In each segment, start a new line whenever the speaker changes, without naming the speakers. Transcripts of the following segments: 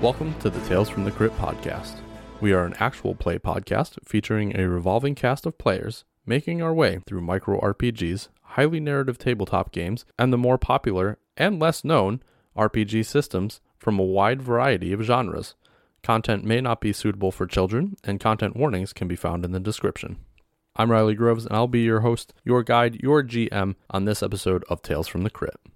Welcome to the Tales from the Crypt podcast. We are an actual play podcast featuring a revolving cast of players making our way through micro RPGs, highly narrative tabletop games, and the more popular and less known RPG systems from a wide variety of genres. Content may not be suitable for children, and content warnings can be found in the description. I'm Riley Groves, and I'll be your host, your guide, your GM on this episode of Tales from the Crypt.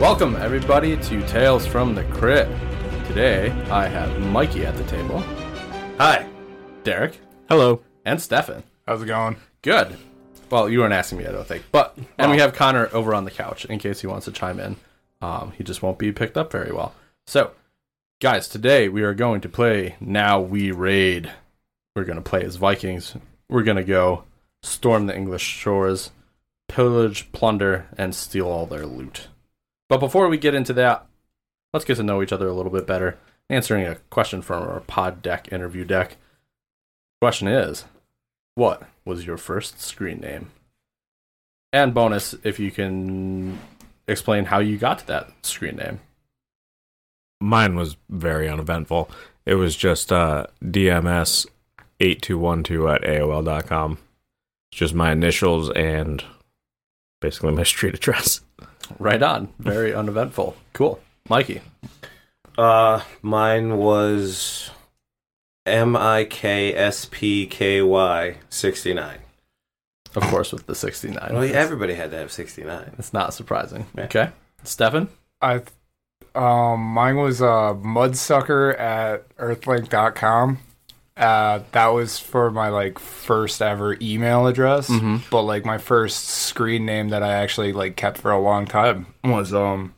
Welcome, everybody, to Tales from the Crypt. Today, I have Mikey at the table,
Hi.
Derek,
Hello.
and Stefan.
How's it going?
Good. Well, you weren't asking me, I don't think. But and we have Connor over on the couch in case he wants to chime in. Um, he just won't be picked up very well. So, guys, today we are going to play Now We Raid. We're going to play as Vikings. We're going to go storm the English shores, pillage, plunder, and steal all their loot. But before we get into that, let's get to know each other a little bit better. Answering a question from our pod deck interview deck. Question is, what was your first screen name? And bonus, if you can explain how you got to that screen name.
Mine was very uneventful. It was just uh, DMS8212 at AOL.com. It's just my initials and basically my street address.
Right on. Very uneventful. Cool. Mikey.
Uh, mine was M I K S P K Y 69.
Of course, with the 69.
Well, yeah, everybody had to have 69.
It's not surprising.
Yeah.
Okay. Stefan?
I th- um mine was uh mudsucker at earthlink.com. Uh that was for my like first ever email address,
Mm-hmm.
Mm-hmm.
but like my first screen name that I actually like kept for a long time was um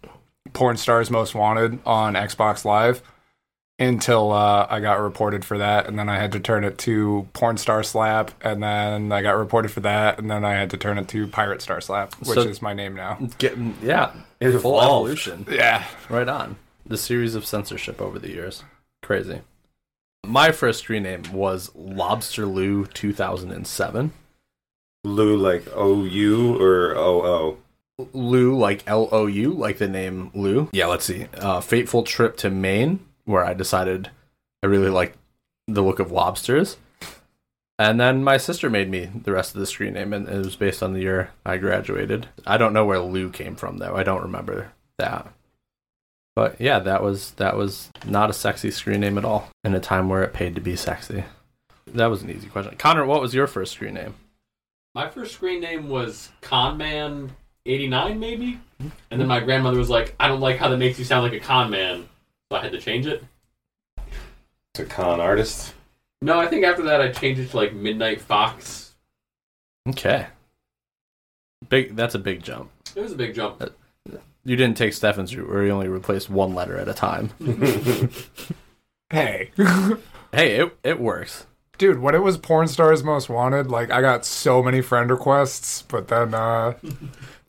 Porn Stars Most Wanted on Xbox Live until uh, I got reported for that and then I had to turn it to Porn Star Slap and then I got reported for that and then I had to turn it to Pirate Star Slap, which
So-
is my name now.
Getting, yeah.
It
Full
evolved.
evolution.
Yeah.
Right on. The series of censorship over the years. Crazy. My first screen name was Lobster Lou 2007.
Lou, like O U or O O.
Lou, like L O U, like the name Lou. Yeah, let's see. Uh, fateful trip to Maine, where I decided I really liked the look of lobsters. And then my sister made me the rest of the screen name, and it was based on the year I graduated. I don't know where Lou came from, though. I don't remember that. But yeah, that was that was not a sexy screen name at all in a time where it paid to be sexy. That was an easy question. Connor, what was your first screen name?
My first screen name was Conman eighty nine maybe, and then my grandmother was like, "I don't like how that makes you sound like a con man," so I had to change it.
It's a con artist.
No, I think after that I changed it to like Midnight Fox.
Okay. Big that's a big jump.
It was a big jump.
You didn't take Stefan's route where you only replaced one letter at a time.
Hey.
Hey, it, it works.
Dude, when it was porn stars most wanted, like I got so many friend requests, but then uh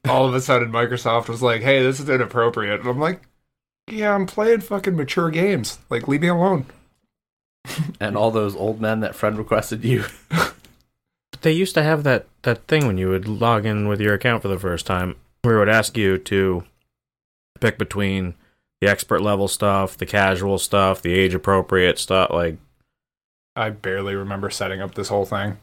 all of a sudden Microsoft was like, "Hey, this is inappropriate," and I'm like, "Yeah, I'm playing fucking mature games. Like, leave me alone."
And all those old men that friend requested you.
But they used to have that, that thing when you would log in with your account for the first time where it would ask you to pick between the expert level stuff, the casual stuff, the age appropriate stuff. Like,
I barely remember setting up this whole thing.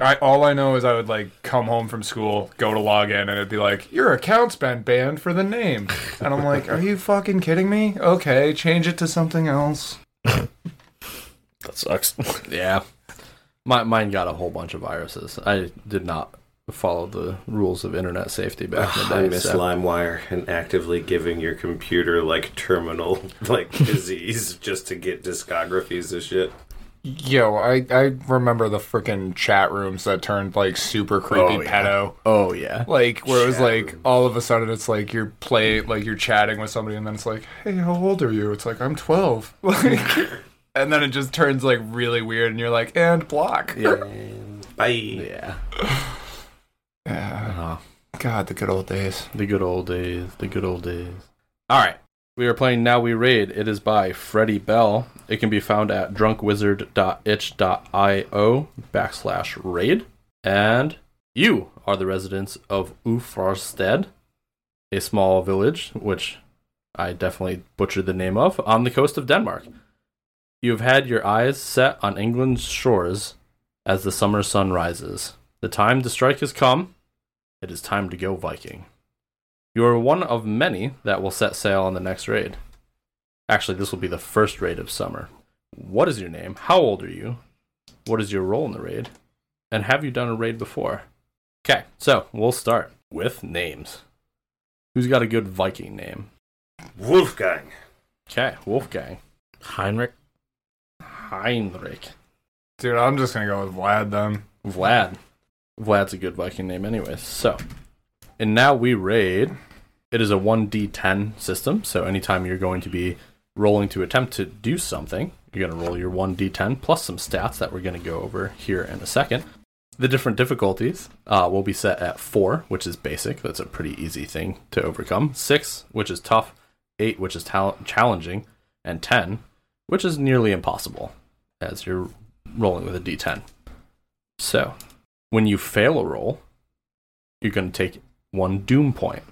I all I know is I would like come home from school, go to log in, and it'd be like, "Your account's been banned for the name," and I'm like, "Are you fucking kidding me? Okay, change it to something else."
that sucks.
Yeah. My, mine got a whole bunch of viruses. I did not follow the rules of internet safety back in the
I
day.
miss
so-
LimeWire and actively giving your computer like terminal like disease just to get discographies of shit.
Yo, I I remember the freaking chat rooms that turned like super creepy
Oh, yeah.
pedo.
Oh, yeah.
Like where it was like all of a sudden it's like you're play like you're chatting with somebody and then it's like, hey, how old are you? It's like I'm 12. Like, and then it just turns like really weird and you're like, and block.
Yeah.
Bye.
yeah.
Yeah.
Uh,
God, the good old days.
The good old days. The good old days. All right. We are playing Now We Raid. It is by Freddie Bell. It can be found at drunkwizard.itch.io backslash raid. And you are the residents of Ufarstead, a small village, which I definitely butchered the name of, on the coast of Denmark. You have had your eyes set on England's shores as the summer sun rises. The time to strike has come. It is time to go Viking. You are one of many that will set sail on the next raid. Actually, this will be the first raid of summer. What is your name? How old are you? What is your role in the raid? And have you done a raid before? Okay, so we'll start with names. Who's got a good Viking name?
Wolfgang.
Okay, Wolfgang.
Heinrich?
Heinrich.
Dude, I'm just gonna go with Vlad then.
Vlad. Vlad's a good Viking name, anyway. So, and now we raid. It is a 1d10 system. So, anytime you're going to be rolling to attempt to do something, you're going to roll your 1d10 plus some stats that we're going to go over here in a second. The different difficulties uh, will be set at four, which is basic. That's a pretty easy thing to overcome. Six, which is tough. Eight, which is tal- challenging. And 10, which is nearly impossible as you're rolling with a d10. So, when you fail a roll, you're going to take one doom point.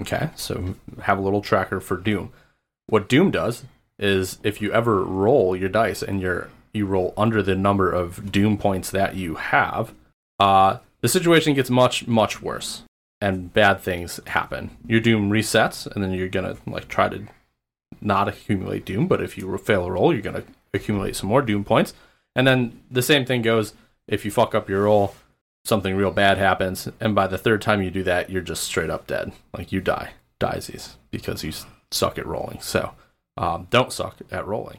Okay, so have a little tracker for doom. What doom does is if you ever roll your dice and you're you roll under the number of doom points that you have, uh, the situation gets much much worse and bad things happen. Your doom resets, and then you're gonna like try to not accumulate doom. But if you fail a roll, you're gonna accumulate some more doom points. And then the same thing goes if you fuck up your roll, something real bad happens, and by the third time you do that, you're just straight up dead. Like you die, diesies, because you s- suck at rolling. So um, don't suck at rolling.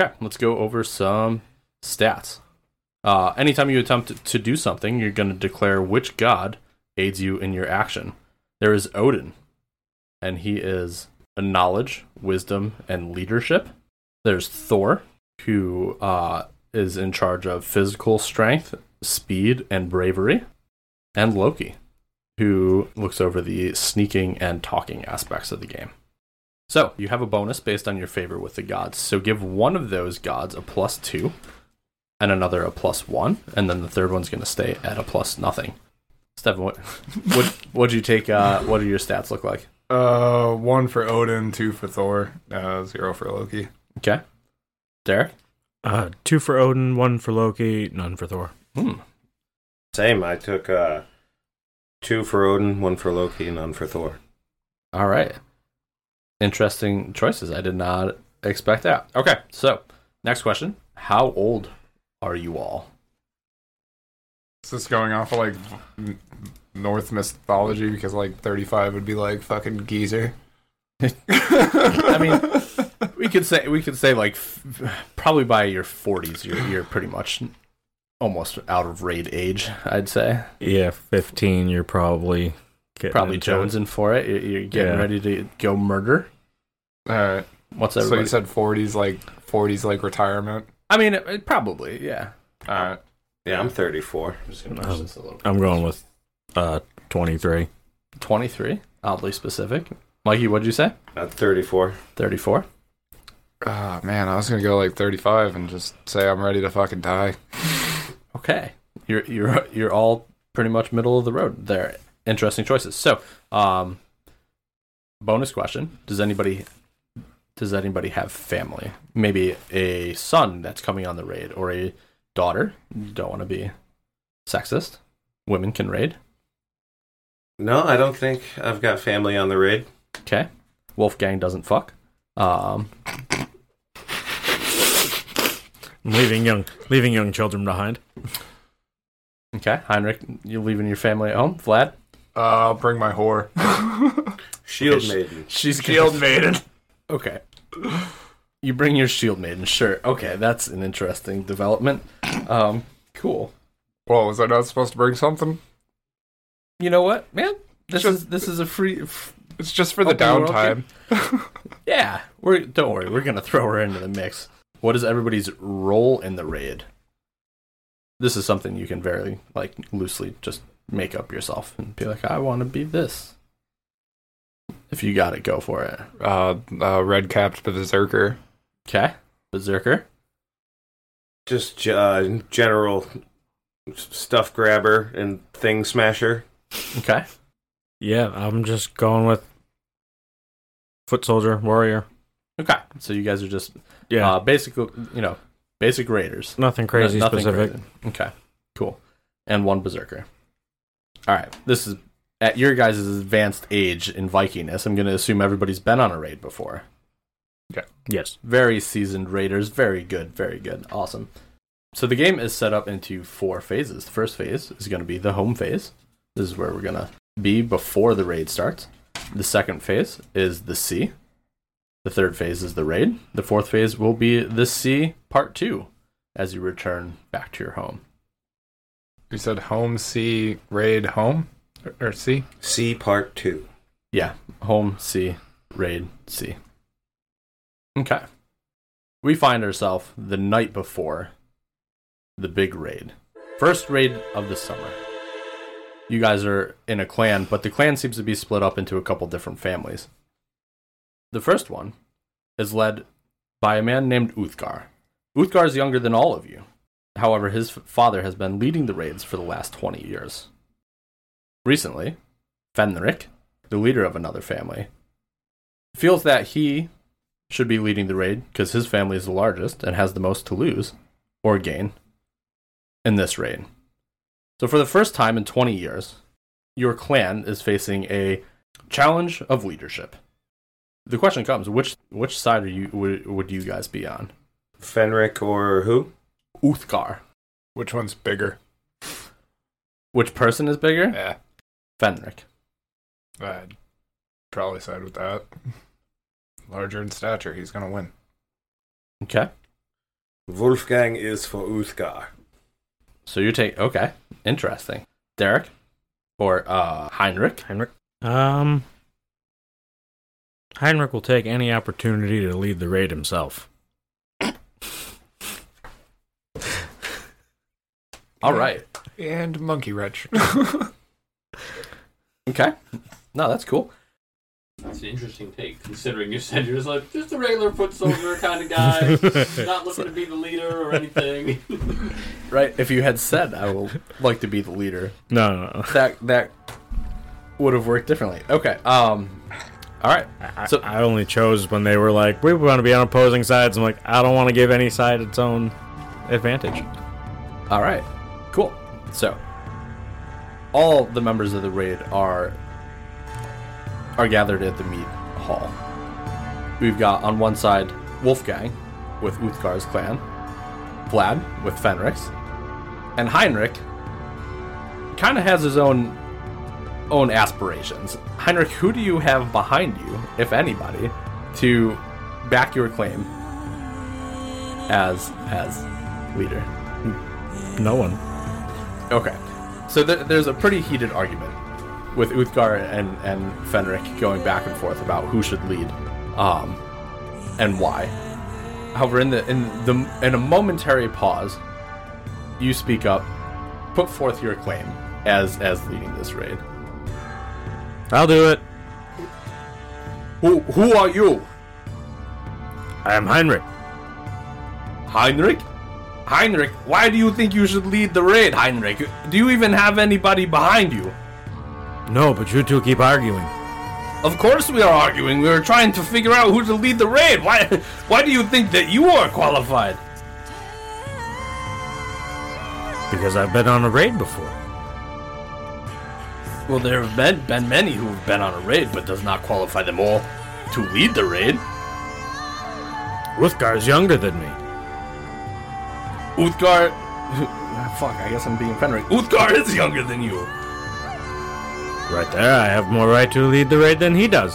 Okay, let's go over some stats. Uh, anytime you attempt to- to do something, you're going to declare which god aids you in your action. There is Odin, and he is knowledge, wisdom, and leadership. There's Thor, who uh, is in charge of physical strength, speed, and bravery, and Loki, who looks over the sneaking and talking aspects of the game. So you have a bonus based on your favor with the gods. So give one of those gods a plus two, and another a plus one, and then the third one's going to stay at a plus nothing. Stefan, what what what'd you take? Uh, what do your stats look like?
Uh, one for Odin, two for Thor, uh, zero for Loki.
Okay, Derek.
Uh, two for Odin, one for Loki, none for Thor.
Hmm.
Same. I took uh, two for Odin, one for Loki, none for Thor.
All right. Interesting choices. I did not expect that. Okay. So, next question. How old are you all?
Is this going off of like n- North mythology? Because like 35 would be like fucking geezer.
I mean, we could say we could say like f- probably by your 40s you're you're pretty much almost out of raid age, I'd say.
Yeah, 15, you're probably getting
Probably
into it.
jonesing for it. You're, you're getting
Yeah.
ready to go murder.
All right.
What's
So you
everybody?
said 40s, like 40s, like retirement.
I mean, it, it probably, yeah.
All right.
Yeah, I'm 34.
Um, I'm going with uh, 23.
23, oddly specific. Mikey, what'd you say?
Not 34.
34.
Ah man, I was gonna go like 35 and just say I'm ready to fucking die.
Okay, you're you're you're all pretty much middle of the road there. Interesting choices. So, um, bonus question: Does anybody does anybody have family? Maybe a son that's coming on the raid, or a daughter. Don't want to be sexist. Women can raid.
No, I don't think I've got family on the raid.
Okay. Wolfgang doesn't fuck. Um,
leaving young leaving young children behind.
okay, Heinrich, you're leaving your family at home. Vlad,
Uh, I'll bring my whore.
Shield maiden.
she's
Shield maiden.
Okay. You bring your shield maiden, sure. Okay, that's an interesting development. Um, cool.
Well, was I not supposed to bring something?
You know what, man? This
Just-
is this is a free. F-
It's just for the
Open world
downtime.
yeah, we're don't worry, we're gonna throw her into the mix. What is everybody's role in the raid? This is something you can very like loosely just make up yourself and be like, I want to be this. If you got it, go for it.
Uh, uh, red capped berserker.
Okay, berserker.
Just uh, general stuff grabber and thing smasher.
Okay,
Yeah, I'm just going with foot soldier warrior.
okay. So you guys are just
Yeah,
uh, basic, you know, basic raiders.
nothing crazy
No- nothing
specific.
crazy. Okay, cool. And one berserker. All right, this is at your guys' advanced age in Vikingness. I'm going to assume everybody's been on a raid before.
Yes.
Very seasoned raiders. Very good. Very good. Awesome. So the game is set up into four phases. The first phase is going to be the home phase. This is where we're going to be before the raid starts. The second phase is the sea. The third phase is the raid. The fourth phase will be the sea part two as you return back to your home.
You said home, sea, raid, home? Or, or sea?
See part two.
Yeah, home C, raid C. Okay. We find ourselves the night before the big raid. First raid of the summer. You guys are in a clan, but the clan seems to be split up into a couple different families. The first one is led by a man named Uthgar. Uthgar is younger than all of you. However, his f- father has been leading the raids for the last 20 years. Recently, Fenric, the leader of another family, feels that he should be leading the raid because his family is the largest and has the most to lose or gain in this raid. So, for the first time in 20 years, your clan is facing a challenge of leadership. The question comes: which which side are you would, would you guys be on?
Fenric or who?
Uthgar.
Which one's bigger?
Which person is bigger?
Yeah,
Fenric.
I'd probably side with that. Larger in stature, he's gonna win.
Okay.
Wolfgang is for Uthgar.
So you take okay. Interesting. Derek or uh, Heinrich.
Heinrich. Um, Heinrich will take any opportunity to lead the raid himself.
All right.
And monkey wrench.
Okay. No, that's cool.
That's an interesting take, considering you said you're just like just a regular foot soldier kind of guy, not looking to be the leader or anything.
Right. If you had said I will like to be the leader,
No, no, no.
that that would have worked differently. Okay. Um all right.
I,
So-
I only chose when they were like, we want to be on opposing sides. I'm like, I don't want to give any side its own advantage.
All right. Cool. So all the members of the raid are are gathered at the meet hall. We've got on one side Wolfgang with Uthgar's clan, Vlad with Fenric's, and Heinrich kind of has his own own aspirations. Heinrich, who do you have behind you, if anybody, to back your claim as as leader?
No one.
Okay. So there, there's a pretty heated argument with Uthgar and, and Fenric going back and forth about who should lead um, and why. However, in the in the in a momentary pause, you speak up, put forth your claim as as leading this raid.
I'll do it.
Who who are you,
I am Heinrich.
Heinrich? Heinrich, why do you think you should lead the raid, Heinrich? Do you even have anybody behind you?
No, but you two keep arguing.
Of course we are arguing. We are trying to figure out who to lead the raid. Why why do you think that you are qualified?
Because I've been on a raid before.
Well, there have been, been many who have been on a raid, but does not qualify them all to lead the raid.
Uthgar's younger than me.
Uthgar. Fuck, I guess I'm being Fenric. Uthgar is younger than you.
Right there, I have more right to lead the raid than he does.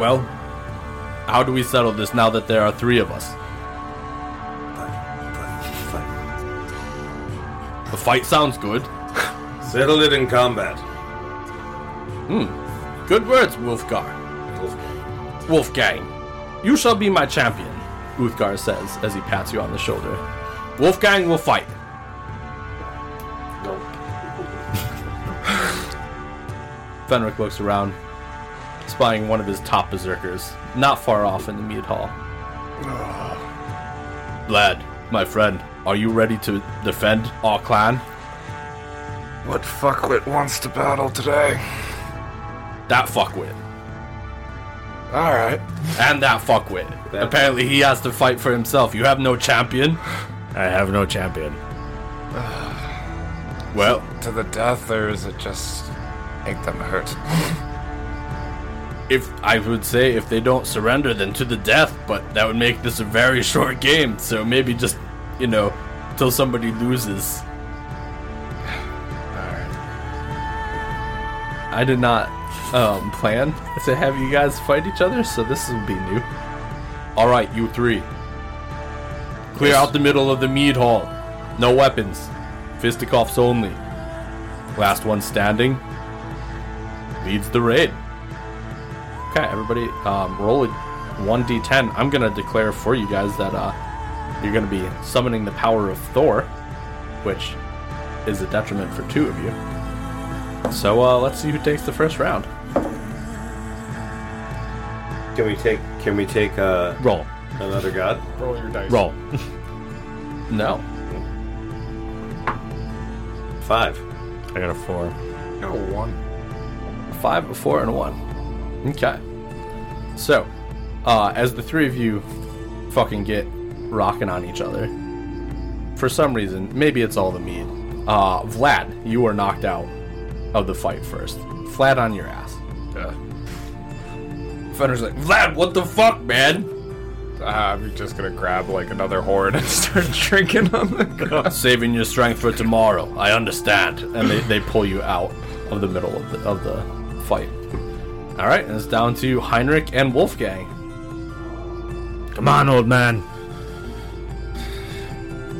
Well, how do we settle this now that there are three of us? The fight sounds good.
Settled it in combat.
Good words, Wolfgar. Wolfgang, you shall be my champion, Uthgar says as he pats you on the shoulder. Wolfgang will fight. Fenric looks around, spying one of his top berserkers, not far off in the mead hall. Lad, my friend, are you ready to defend our clan?
What fuckwit wants to battle today?
That fuckwit.
All right.
And that fuckwit.
That-
Apparently, he has to fight for himself. You have no champion.
I have no champion.
Well,
To the death, or is it just make them hurt?
if I would say if they don't surrender, then to the death. But that would make this a very short game. So maybe just, you know, till somebody loses. I did not um, plan to have you guys fight each other, so this will be new. All right, you three, clear out the middle of the mead hall. No weapons, fisticuffs only. Last one standing leads the raid. Okay, everybody, um, roll a 1d10. I'm gonna declare for you guys that uh, you're gonna be summoning the power of Thor, which is a detriment for two of you. So uh, let's see who takes the first round.
Can we take? Can we take uh,
Roll,
another god?
Roll your dice.
roll. no,
Five.
I got a four.
No one.
five, a four, and a one. Okay. So, uh, as the three of you fucking get rocking on each other, for some reason, maybe it's all the mead. Uh, Vlad, you are knocked out of the fight first, flat on your ass.
Yeah.
Fenrir's like, Vlad, what the fuck, man?
Uh, I'm just gonna grab like another horn and start drinking on the ground.
Saving your strength for tomorrow. I understand. And they, they pull you out of the middle of the, of the fight. All right, and it's down to Heinrich and Wolfgang.
Come on, old man.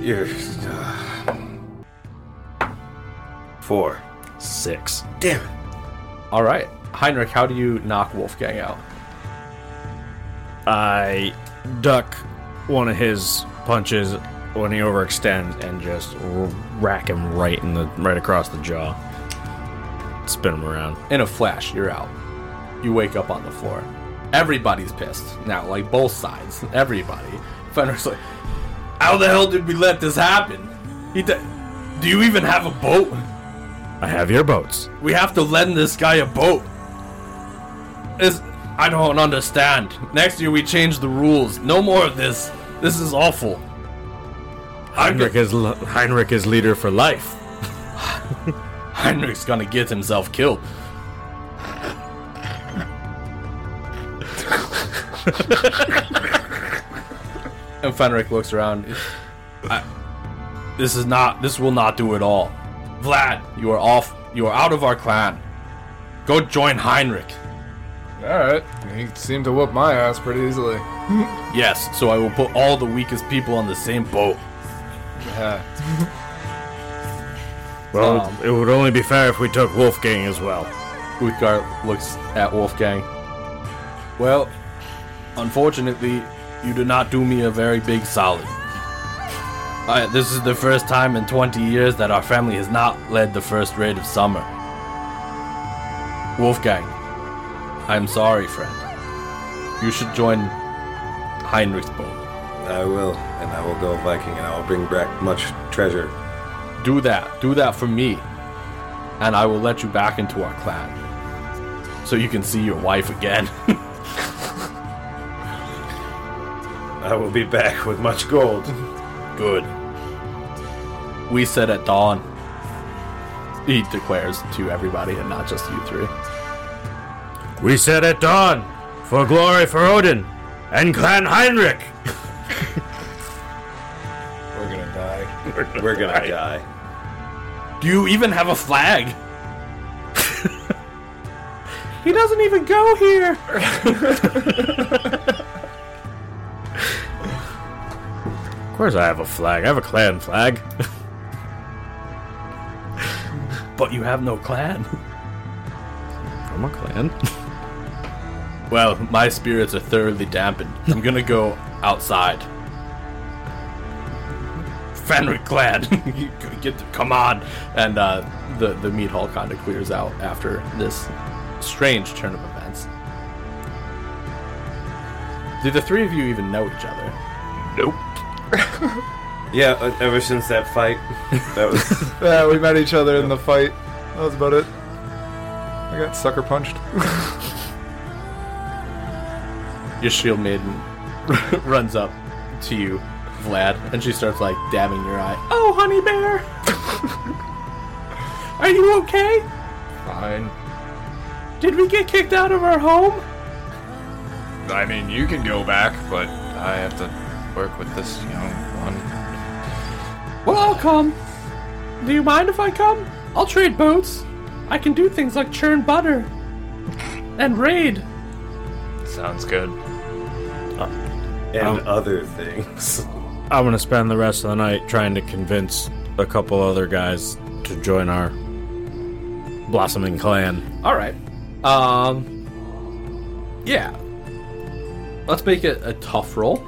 You're uh, four.
Six.
Damn it.
All right, Heinrich, how do you knock Wolfgang out?
I duck one of his punches when he overextends and just r- rack him right in the right across the jaw. Spin him around.
In a flash, you're out. You wake up on the floor. Everybody's pissed now, like both sides. Everybody. Fenrir's like, how the hell did we let this happen? He d do you even have a boat?
I have your boats.
We have to lend this guy a boat. This, I don't understand. Next year we change the rules. No more of this. This is awful.
Heinrich is l- Heinrich is leader for life.
Heinrich's gonna get himself killed. and Fenric looks around. I- this is not. This will not do at all. Vlad, you are off. You are out of our clan. Go join Heinrich.
All right. He seemed to whoop my ass pretty easily.
Yes. So I will put all the weakest people on the same boat.
Yeah.
Well,
Um,
it would only be fair if we took Wolfgang as well.
Uthgar looks at Wolfgang. Well, unfortunately, you did not do me a very big solid. I, this is the first time in 20 years that our family has not led the first raid of summer. Wolfgang, I'm sorry, friend. You should join Heinrich's boat.
I will, and I will go Viking, and I will bring back much treasure.
Do that. Do that for me. And I will let you back into our clan. so you can see your wife again.
I will be back with much gold.
Good. We said at dawn. He declares to everybody and not just you three.
We set at dawn for glory for Odin and Clan Heinrich.
We're gonna die.
We're gonna die.
Do you even have a flag? he doesn't even go here.
Of course, I have a flag. I have a clan flag.
But you have no clan.
I'm a clan.
Well, my spirits are thoroughly dampened. I'm gonna go outside. Fenric Clan, you g- get the, come on! And uh, the the meat hall kind of clears out after this strange turn of events. Do the three of you even know each other?
Nope.
Yeah, uh, ever since that fight, that was
Yeah, we met each other in the fight. That was about it. I got sucker punched.
Your shield maiden runs up to you, Vlad, and she starts like dabbing your eye. Oh, honey bear, are you okay?
Fine.
Did we get kicked out of our home?
I mean, you can go back, but I have to work with this young one.
Well, I'll come. Do you mind if I come? I'll trade boats. I can do things like churn butter and raid.
Sounds good.
and other things.
I'm gonna spend the rest of the night trying to convince a couple other guys to join our blossoming clan.
All right. Um. Yeah. Let's make it a tough roll.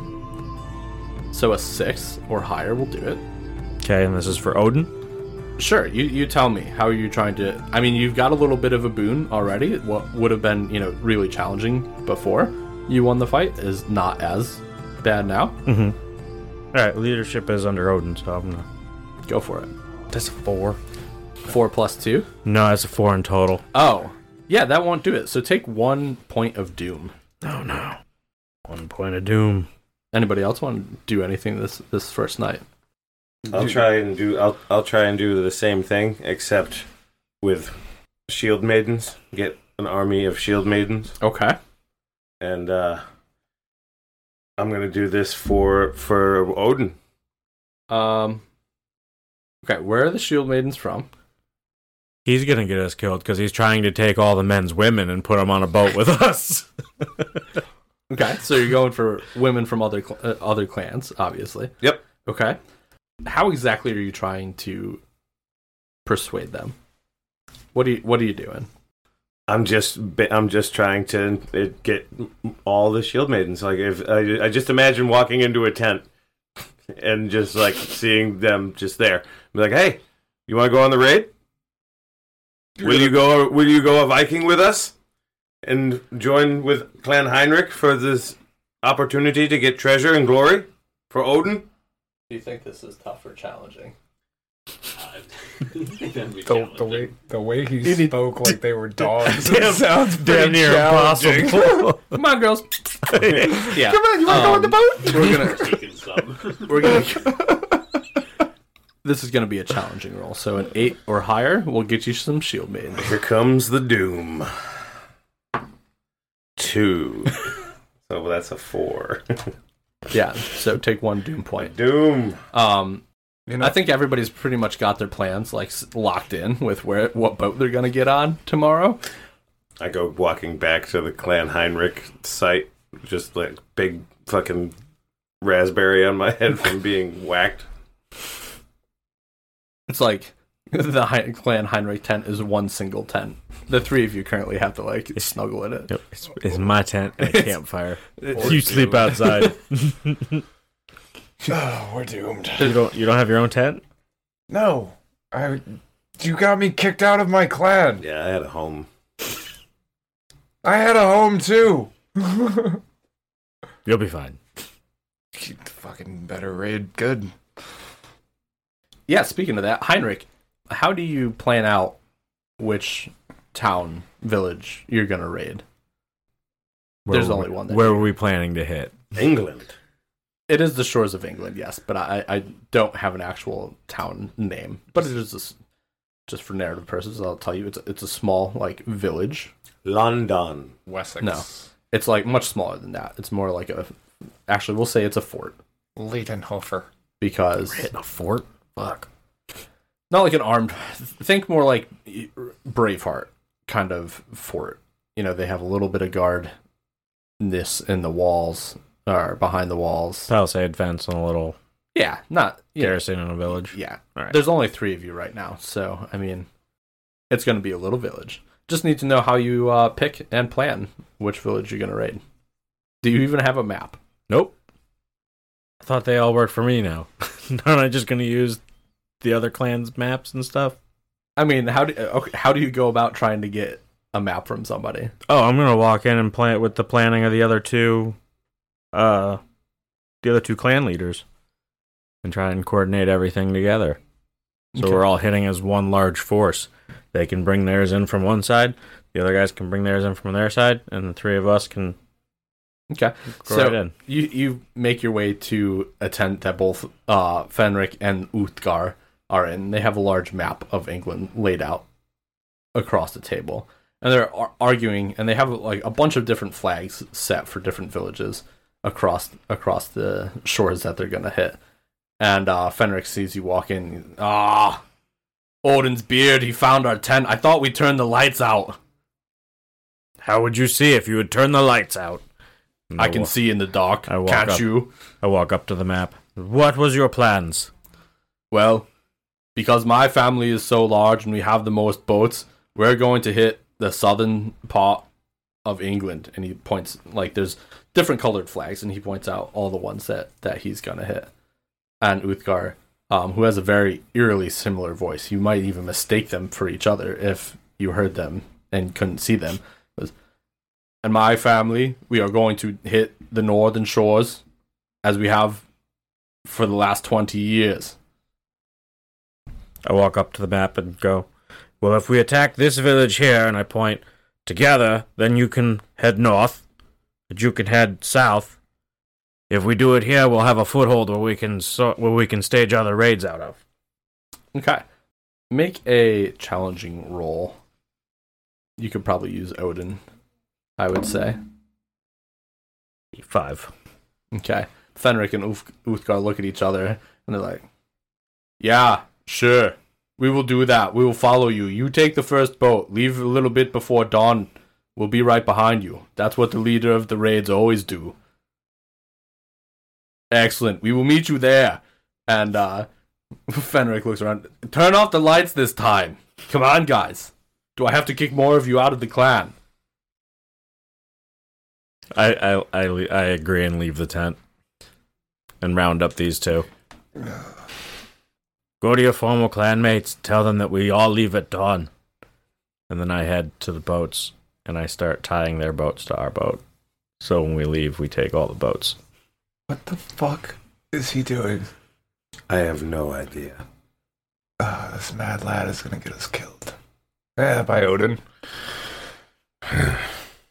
So a six or higher will do it.
Okay, and this is for Odin.
Sure. You you tell me how are you trying to? I mean, you've got a little bit of a boon already. What would have been you know really challenging before you won the fight is not as bad now.
All right, leadership is under Odin, so I'm gonna.
Go for it.
That's a four.
Four plus two.
No, that's a four in total.
Oh, yeah, that won't do it. So take one point of doom.
Oh no. One point of doom.
Anybody else want to do anything this this first night?
I'll try and do. I'll I'll try and do the same thing, except with shield maidens. Get an army of shield maidens,
Okay.
and uh, I'm gonna do this for for Odin.
Um. Okay, where are the shield maidens from?
He's gonna get us killed because he's trying to take all the men's women and put them on a boat with us.
Okay, so you're going for women from other cl- uh, other clans, obviously.
Yep.
Okay. How exactly are you trying to persuade them? What do you What are you doing?
I'm just ba- I'm just trying to uh, get all the shield maidens. Like if I, I just imagine walking into a tent and just like seeing them just there, be like, hey, you want to go on the raid? Will you go? Will you go a Viking with us and join with Clan Heinrich for this opportunity to get treasure and glory for Odin?
Do you think this is tough or challenging?
The, the way the way he
need-
spoke like they were dogs.
Damn-
sounds
Damn
pretty
near
challenging.
impossible.
Come on, girls. yeah.
Come on, you wanna go on the boat?
We're gonna
some.
We're gonna. this is gonna be a challenging roll. So an eight or higher will get you some shield maidens.
Here comes the doom. Two. so that's a four.
Yeah. So take one doom point.
doom.
Um,
You
I think everybody's pretty much got their plans like s- locked in with where what boat they're gonna get on tomorrow.
I go walking back to the Clan Heinrich site, just like big fucking raspberry on my head from being whacked.
It's like the Hein- clan Heinrich tent is one single tent. The three of you currently have to like snuggle in it.
Yep, it's, it's my tent and a campfire.
It's-
you sleep outside. you
Oh, we're doomed.
don't. You don't have your own tent.
No. I you got me kicked out of my clan.
Yeah, I had a home.
I had a home too.
You'll be fine.
Keep the fucking better raid good.
yeah. Speaking of that, Heinrich, how do you plan out which town, village you're gonna raid.
Where
There's
were
only
we-
one that
where
you-
were we planning to hit?
England.
It is the shores of England, yes, but I, I don't have an actual town name. But it is a s just for narrative purposes. I'll tell you, it's a, it's a small like village.
London.
Wessex.
No. It's like much smaller than that. It's more like a actually we'll say it's a fort
Leidenhofer.
because
Hitting a fort? Fuck.
not like an armed think more like braveheart kind of fort you know they have a little bit of guard this in the walls or behind the walls
Palisade fence and a little
yeah not you know,
garrison in a village.
yeah
All right.
there's only three of you right now so i mean it's going to be a little village just need to know how you uh, pick and plan which village you're going to raid do you even have a map
Nope. I thought they all worked for me now. Aren't I just going to use the other clan's maps and stuff?
i mean how do okay, how do you go about trying to get a map from somebody
Oh, I'm gonna walk in and plan with the planning of the other two, uh, the other two clan leaders, and try and coordinate everything together. So
Okay.
we're all hitting as one large force. They can bring theirs in from one side, the other guys can bring theirs in from their side, and the three of us can
okay
go
So-
right in.
you you make your way to a tent that both uh, Fenric and Uthgar are in. They have a large map of England laid out across the table, and they're ar- arguing. And they have like a bunch of different flags set for different villages across across the shores that they're gonna hit. And uh, Fenric sees you walk in. Ah, Odin's beard. He found our tent. I thought we turned the lights out.
How would you see if you would turn the lights out? And
I can
wa-
see in the dark.
I walk
Can't
up.
you?
I walk up to the map. What was your plans?
Well, because my family is so large and we have the most boats, we're going to hit the southern part of England. And he points like there's different colored flags, and he points out all the ones that that he's gonna hit. And Uthgar, um, who has a very eerily similar voice, you might even mistake them for each other if you heard them and couldn't see them. goes, And my family, we are going to hit the northern shores, as we have for the last twenty years.
I walk up to the map and go, Well, if we attack this village here, and I point together, then you can head north, but you can head south. If we do it here, we'll have a foothold where we can so- where we can stage other raids out of.
Okay. Make a challenging roll. You could probably use Odin, I would say.
Five.
Okay. Fenric and Uth- Uthgar look at each other and they're like, Yeah, sure. We will do that. We will follow you. You take the first boat. Leave a little bit before dawn. We'll be right behind you. That's what the leader of the raids always do. Excellent. We will meet you there. And uh, Fenric looks around. Turn off the lights this time. Come on, guys. Do I have to kick more of you out of the clan?
I I I, le- I agree and leave the tent and round up these two. Go to your former clanmates. Tell them that we all leave at dawn, and then I head to the boats and I start tying their boats to our boat. So when we leave, we take all the boats.
What the fuck is he doing?
I have no idea.
Uh, this mad lad is gonna get us killed. Eh, by Odin.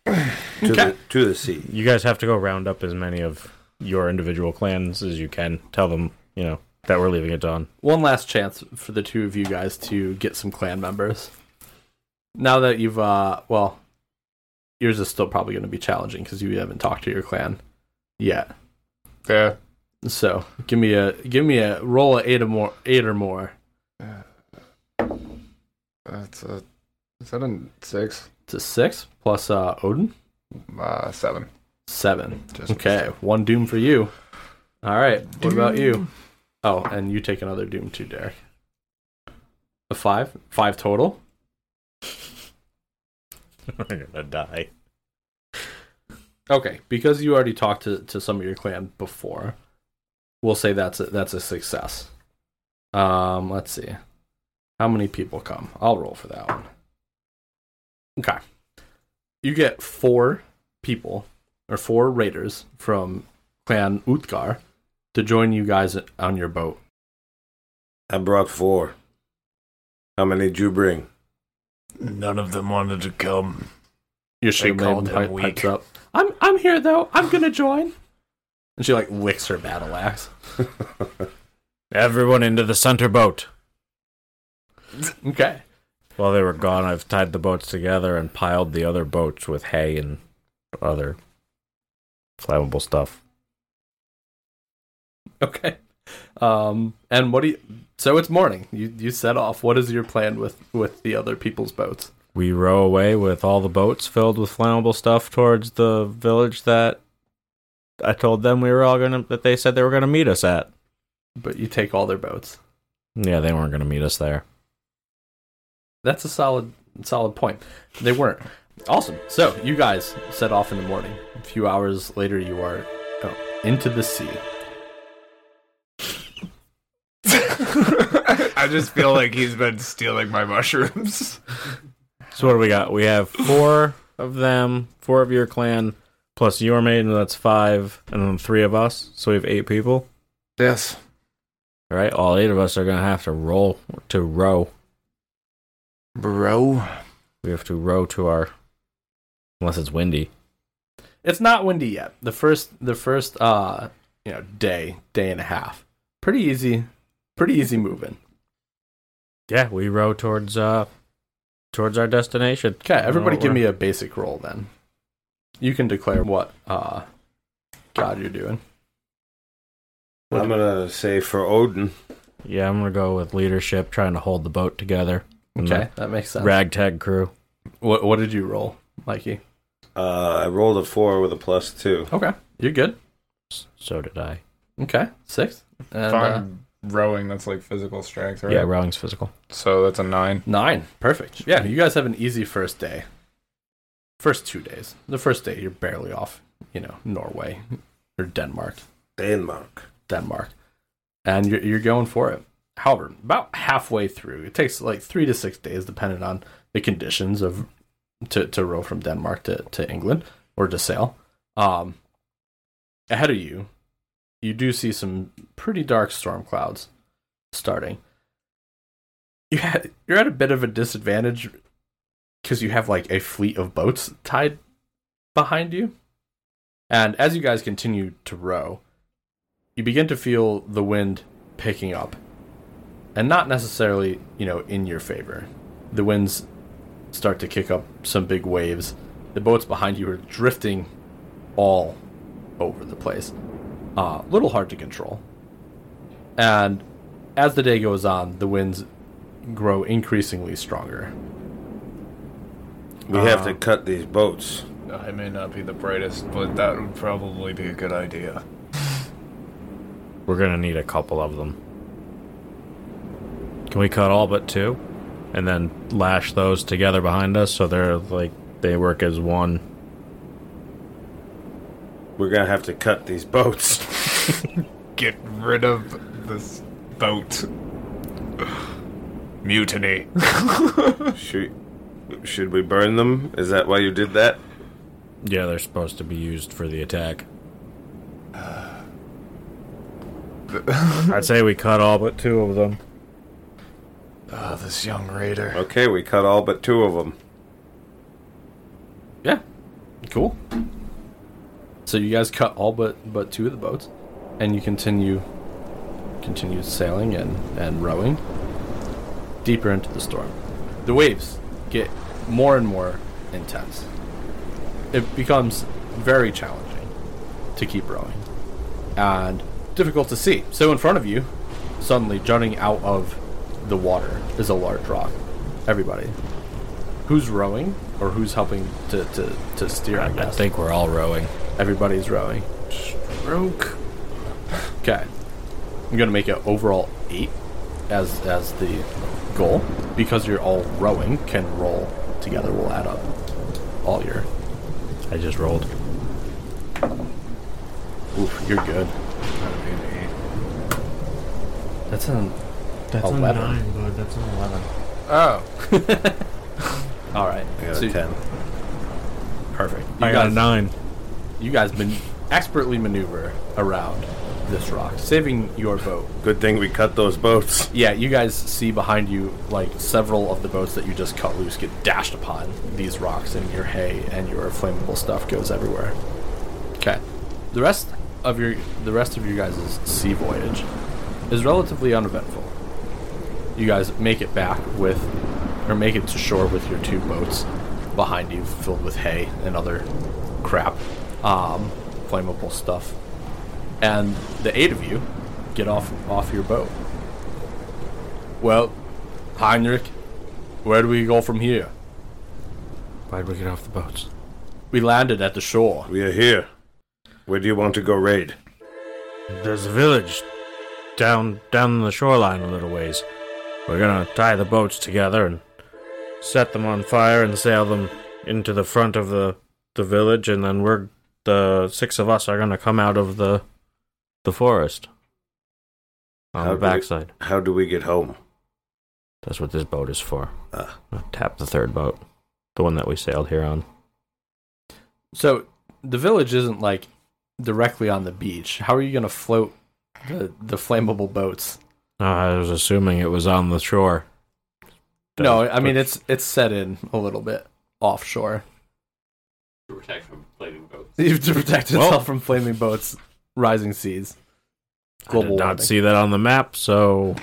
To,
Okay.
the, to the sea.
You guys have to go round up as many of your individual clans as you can. Tell them, you know, that we're leaving at dawn.
one last chance for the two of you guys to get some clan members. Now that you've, uh, well, yours is still probably going to be challenging because you haven't talked to your clan yet.
Yeah.
So give me a give me a roll of eight or more eight or more
That's a. Is that a six?
to six plus uh, Odin
Uh, seven.
seven.
Just
Okay, one doom for you. All right. What about you? Oh, and you take another doom too, Derek. A five, five total.
we're gonna die.
Okay, because you already talked to, to some of your clan before, we'll say that's a, that's a success. Um, let's see, how many people come? I'll roll for that one. Okay, you get four people or four raiders from clan Uthgar to join you guys on your boat.
I brought four. How many did you bring?
None of them wanted to come.
Your shit
called him
pipe,
weak.
pipes up. I'm I'm here though. I'm gonna join. And she like licks her battle axe.
Everyone into the center boat.
Okay.
While they were gone, I've tied the boats together and piled the other boats with hay and other flammable stuff.
Okay. Um. And what do you? So it's morning. You you set off. What is your plan with with the other people's boats?
We row away with all the boats filled with flammable stuff towards the village that I told them we were all gonna that they said they were gonna meet us at.
But you take all their boats.
Yeah, they weren't gonna meet us there.
That's a solid solid point. They weren't. Awesome. So you guys set off in the morning. A few hours later, you are oh, into the sea.
I just feel like he's been stealing my mushrooms.
So what do we got? We have four of them, four of your clan, plus your maiden, that's five, and then three of us. So we have eight people.
Yes.
All right, all eight of us are gonna have to roll to row.
Bro.
We have to row to our unless it's windy.
It's not windy yet. The first the first uh you know day day and a half. Pretty easy. Pretty easy moving.
Yeah, we row towards uh towards our destination.
Okay, everybody,
Well,
give
we're-
me a basic roll then. You can declare what uh god you're doing.
I'm gonna say for Odin.
Yeah, I'm gonna go with leadership, trying to hold the boat together. And
Okay, that makes
the
sense.
Ragtag crew.
What what did you roll, Mikey?
Uh, I rolled a four with a plus two.
Okay, you're good.
S- So did I.
Okay, six and
If
uh,
I'm rowing, that's like physical strength, right?
Yeah, rowing's physical.
So that's a nine.
nine. Perfect. Yeah, you guys have an easy first day. First two days. The first day you're barely off. You know, Norway or Denmark.
Denmark.
Denmark, and you're, you're going for it. However, about halfway through, it takes like three to six days, depending on the conditions of to, to row from Denmark to, to England or to sail. Um, ahead of you, you do see some pretty dark storm clouds starting. You ha- you're at a bit of a disadvantage because you have like a fleet of boats tied behind you. And as you guys continue to row, you begin to feel the wind picking up and not necessarily you know in your favor the winds start to kick up some big waves the boats behind you are drifting all over the place a uh, little hard to control and as the day goes on the winds grow increasingly stronger
We have to cut these boats.
I may not be the brightest, but that would probably be a good idea.
We're gonna need a couple of them. Can we cut all but two, and then lash those together behind us so they're like they work as one?
We're gonna have to cut these boats.
Get rid of this boat. Mutiny.
should, should we burn them? Is that why you did that?
Yeah, they're supposed to be used for the attack. I'd say we cut all but two of them.
Ah, this young raider.
Okay, we cut all but two of them.
yeah cool so you guys cut all but but two of the boats and you continue continue sailing and and rowing deeper into the storm the waves get more and more intense it becomes very challenging to keep rowing and difficult to see so in front of you suddenly jutting out of the water is a large rock everybody who's rowing or who's helping to, to, to steer i
I
guess
think we're all rowing.
Everybody's rowing. Stroke. Okay. I'm gonna make it overall eight as as the goal. Because you're all rowing, can roll together will add up all your
I just rolled.
oof, you're good. That's an
That's
a Eleven. nine,
bud. That's an eleven.
Oh,
alright.
I got
So
a ten.
perfect. You
I got a
guys
nine.
you guys man- expertly maneuver around this rock, saving your boat.
Good thing we cut those boats.
Yeah, you guys see behind you like several of the boats that you just cut loose get dashed upon these rocks, and your hay and your flammable stuff goes everywhere. Okay, the rest of your the rest of your guys' sea voyage is relatively uneventful. You guys make it back with, or make it to shore with your two boats behind you, filled with hay and other crap, um, flammable stuff, and the eight of you get off off your boat. Well, Heinrich, where do we go from here?
Why'd we get off the boats?
We landed at the shore.
We are here. Where do you want to go raid?
There's a village down down the shoreline a little ways. We're gonna tie the boats together and set them on fire and sail them into the front of the the village, and then we're the six of us are gonna come out of the the forest on
How
the
do we-
backside.
How do we get home?
That's what this boat is for. Uh,
Ah.
Tap the third boat, the one that we sailed here on.
So the village isn't like directly on the beach. How are you gonna float the the flammable boats?
No, Uh, I was assuming it was on the shore.
no, I mean it's it's set in a little bit offshore
to protect from flaming boats.
to protect
Well-
itself from flaming boats, rising seas.
I did
global
not
warming.
see that on the map, so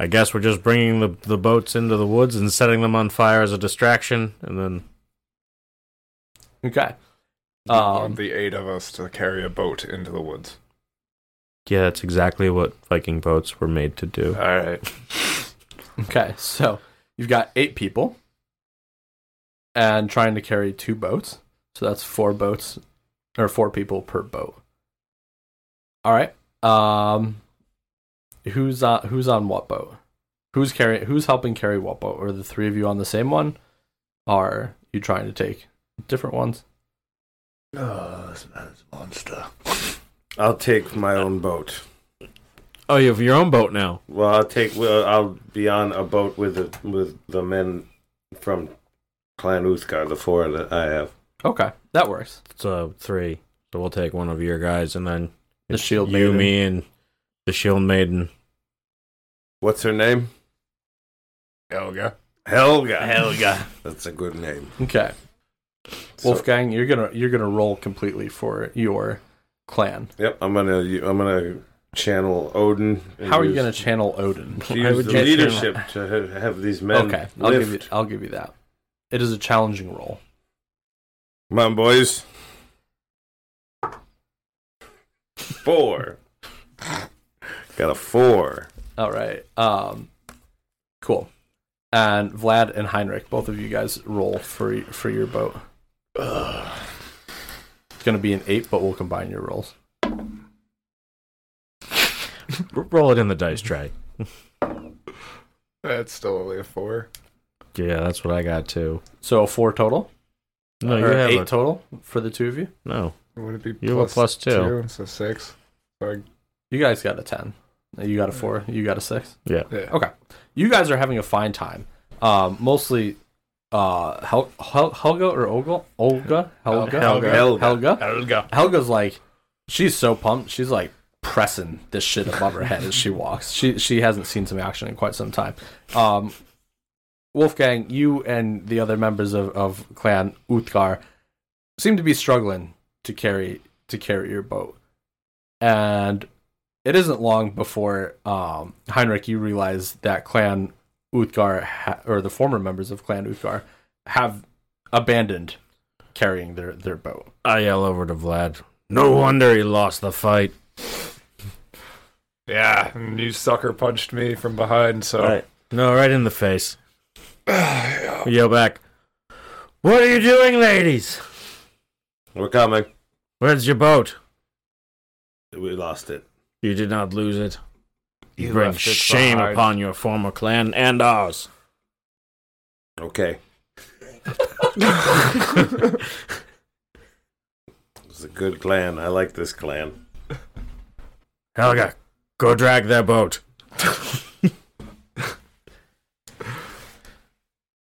I guess we're just bringing the the boats into the woods and setting them on fire as a distraction, and then
Okay.
You want
Um,
the eight of us to carry a boat into the woods.
yeah, that's exactly what Viking boats were made to do.
All right.
okay, so you've got eight people and trying to carry two boats. So that's four boats or four people per boat. All right. Um who's on who's on what boat? Who's carrying who's helping carry what boat? Are the three of you on the same one? Are you trying to take different ones?
Oh, this man's a monster.
I'll take my own boat.
Oh, you have your own boat now.
Well, I'll take. Well, I'll be on a boat with the with the men from Clan Uthgar, the four that I have.
Okay, that works.
So uh, three. So we'll take one of your guys, and then
The
it's
shield
you,
maiden.
me, and the shield maiden.
What's her name?
Elga.
Helga. Helga. That's a good name.
Okay.
So-
Wolfgang, you're going to you're going to roll completely for your clan.
Yep. I'm gonna. u- I'm gonna channel Odin. and
How are you
use-
going to channel Odin?
Why
Use
would
the
you
leadership to ha- have these men
okay, I'll give you
lift.
I'll give you that. It is a challenging roll.
Come on, boys. Four. Got a four.
All right. Um cool. And Vlad and Heinrich, both of you guys roll for for your boat. It's going to be an 8, but we'll combine your rolls.
R- roll it in the dice tray.
That's still only a four.
Yeah, that's what I got too.
So 4 total?
No, you
or
have
8
a,
total for the two of you?
no.
Would it be
You have a plus two.
So six. So
You guys got a 10. You got a 4, you got a 6.
I, yeah.
Okay. You guys are having a fine time. Um, mostly uh, Hel- Hel- Helga or Olga? Olga? Helga?
Helga.
Helga.
Helga?
Elga.
Helga's like, she's so pumped. She's like pressing this shit above her head as she walks. She she hasn't seen some action in quite some time. Um, Wolfgang, you and the other members of, of Clan Utgar seem to be struggling to carry to carry your boat, and it isn't long before um, Heinrich you realize that Clan Utgar ha- or the former members of Clan Utgar have abandoned carrying their, their boat.
I yell over to Vlad. No wonder he lost the fight.
Yeah, and you sucker punched me from behind, so
Right. No, right in the face. We yell back. What are you doing, ladies?
We're coming.
Where's your boat?
We lost it.
You did not lose it. You,
You
bring
left it
shame
behind.
upon your former clan and ours.
Okay. It's a good clan. I like this clan.
Helga, go drag their boat.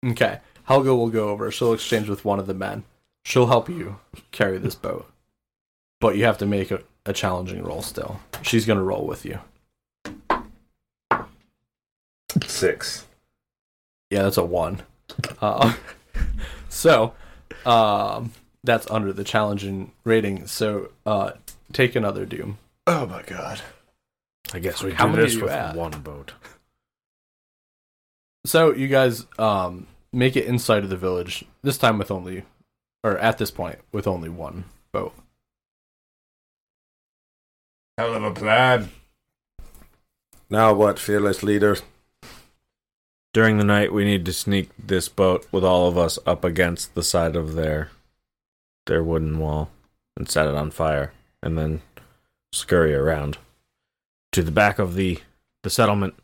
Okay. Helga will go over. She'll exchange with one of the men. She'll help you carry this boat. But you have to make a, a challenging roll still. She's going to roll with you.
Six.
Yeah, that's a one. Uh, so um, that's under the challenging rating. So uh, take another doom.
Oh my god.
I guess we
How
do
many
this
do you
with
have?
one boat.
So you guys um, make it inside of the village this time with only, or at this point with only one boat.
Hell of a plan.
Now what, fearless leader?
During the night, we need to sneak this boat with all of us up against the side of their their wooden wall and set it on fire, and then scurry around to the back of the the settlement.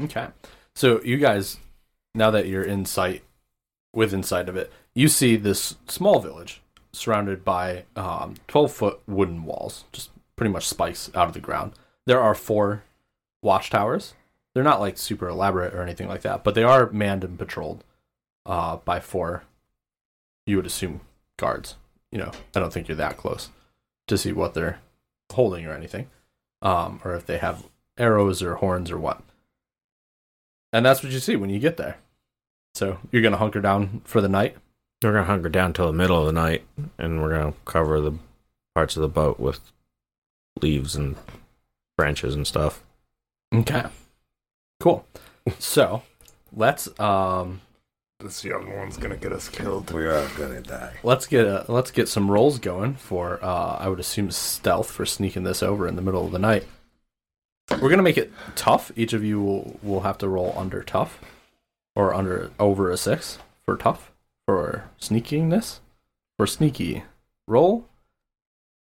Okay. So you guys, now that you're in sight, within sight of it, you see this small village surrounded by um, 12 foot wooden walls, just pretty much spikes out of the ground. There are four watchtowers. They're not like super elaborate or anything like that, but they are manned and patrolled uh, by four, you would assume, guards. You know, I don't think you're that close to see what they're holding or anything, um, or if they have arrows or horns or what and that's what you see when you get there. So you're gonna hunker down for the night.
We're gonna hunker down till the middle of the night, and we're gonna cover the parts of the boat with leaves and branches and stuff.
Okay. Cool. So let's um
This young one's gonna get us killed.
We are gonna die.
let's get a, let's get some rolls going for uh I would assume stealth for sneaking this over in the middle of the night. We're gonna make it tough. Each of you will will have to roll under tough or under over a six for tough for sneakingness for sneaky roll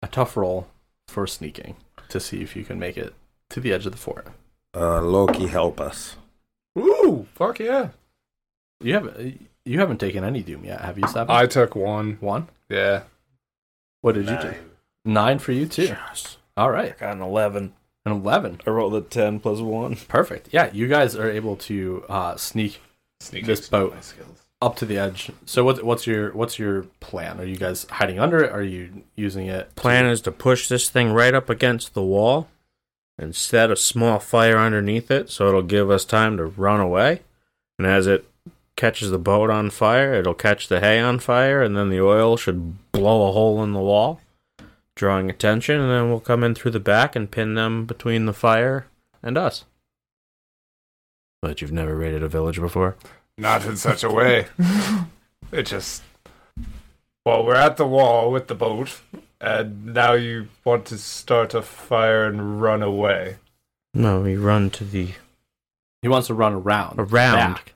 a tough roll for sneaking to see if you can make it to the edge of the fort.
Uh, Loki, help us.
Ooh, fuck yeah.
You haven't you haven't taken any doom yet, have you? Seven
I took one.
one.
Yeah.
What did you do? Nine for you too. All right,
got an eleven.
an eleven.
I rolled a ten plus one.
Perfect. Yeah, you guys are able to uh, sneak
Sneak
This boat. up to the edge. So what, what's your what's your plan? Are you guys hiding under it? Are you using it?
Plan is to push this thing right up against the wall and set a small fire underneath it so it'll give us time to run away. And as it catches the boat on fire, it'll catch the hay on fire, and then the oil should blow a hole in the wall, drawing attention, and then we'll come in through the back and pin them between the fire and us. But you've never raided a village before?
Not in such a way. it just. Well, we're at the wall with the boat, and now you want to start a fire and run away.
No, we run to the
He wants to run around,
around.
back,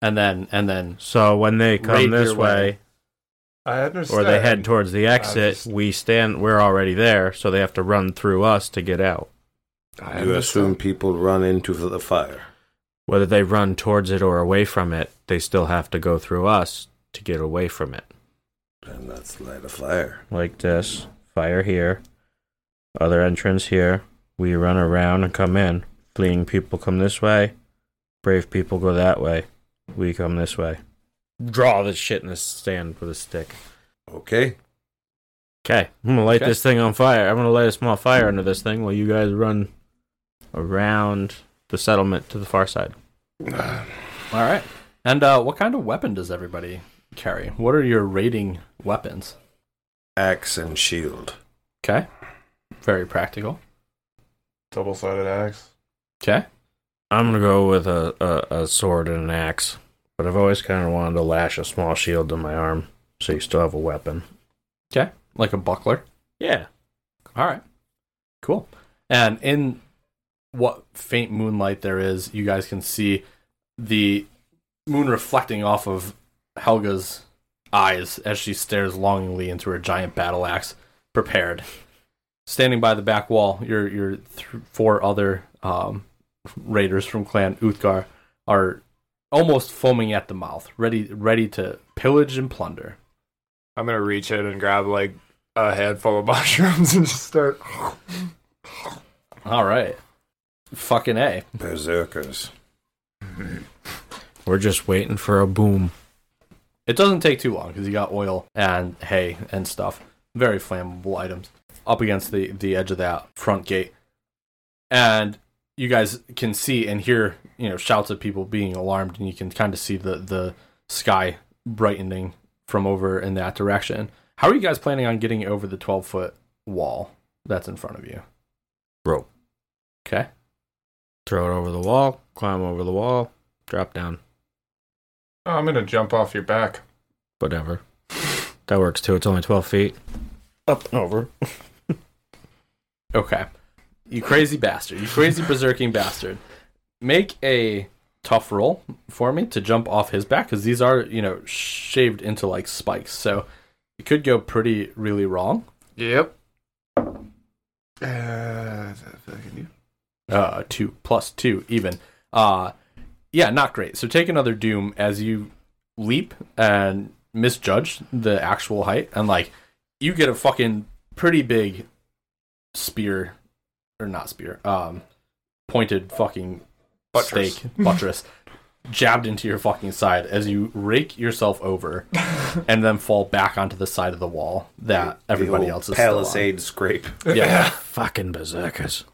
and then and then
So when they come
Raid
this
your
way,
way.
I understand.
or they head towards the exit,
just-
we stand. We're already there, so they have to run through us to get out.
I
you
understand.
assume people run into the fire.
Whether they run towards it or away from it, they still have to go through us to get away from it.
And that's light a fire.
Like this, fire here, other entrance here. We run around and come in. Fleeing people come this way. Brave people go that way. We come this way. Draw this shit in this stand with a stick.
Okay.
Okay, I'm gonna light
Okay.
this thing on fire. I'm gonna light a small fire under this thing while you guys run around the settlement to the far side.
all right. And uh, what kind of weapon does everybody carry? What are your raiding weapons?
Axe and shield.
Okay, very practical.
Double sided axe.
Okay,
I'm gonna go with a, a, a sword and an axe, but I've always kind of wanted to lash a small shield to my arm, so you still have a weapon.
okay, like a buckler.
Yeah,
All right. Cool. And in what faint moonlight there is, you guys can see the moon reflecting off of Helga's eyes as she stares longingly into her giant battle axe prepared. Standing by the back wall, your your th- four other um, raiders from Clan Uthgar are almost foaming at the mouth, ready ready to pillage and plunder.
I'm gonna reach in and grab like a handful of mushrooms and just start.
All right, fucking a.
Berserkers.
we're just waiting for a boom.
It doesn't take too long because you got oil and hay and stuff, very flammable items. up against the the edge of that front gate, and you guys can see and hear you know shouts of people being alarmed, and you can kind of see the the sky brightening from over in that direction. How are you guys planning on getting over the twelve foot wall that's in front of you?
Rope.
Okay.
Throw it over the wall, climb over the wall, drop down,
Oh, I'm gonna jump off your back.
whatever. That works too. It's only 12 feet. Up and over.
Okay. You crazy bastard. You crazy berserking bastard. Make a tough roll for me to jump off his back because these are, you know, shaved into like spikes. So it could go pretty, really wrong.
Yep. Uh,
Uh, two plus two, even. Uh, yeah, not great. So take another doom as you leap and misjudge the actual height. And like, you get a fucking pretty big spear, or not spear, um, pointed fucking
Buttress.
stake, buttress, jabbed into your fucking side as you rake yourself over and then fall back onto the side of the wall that everybody
The old
else is
palisade scrape.
Still on. Yeah.
Fucking berserkers.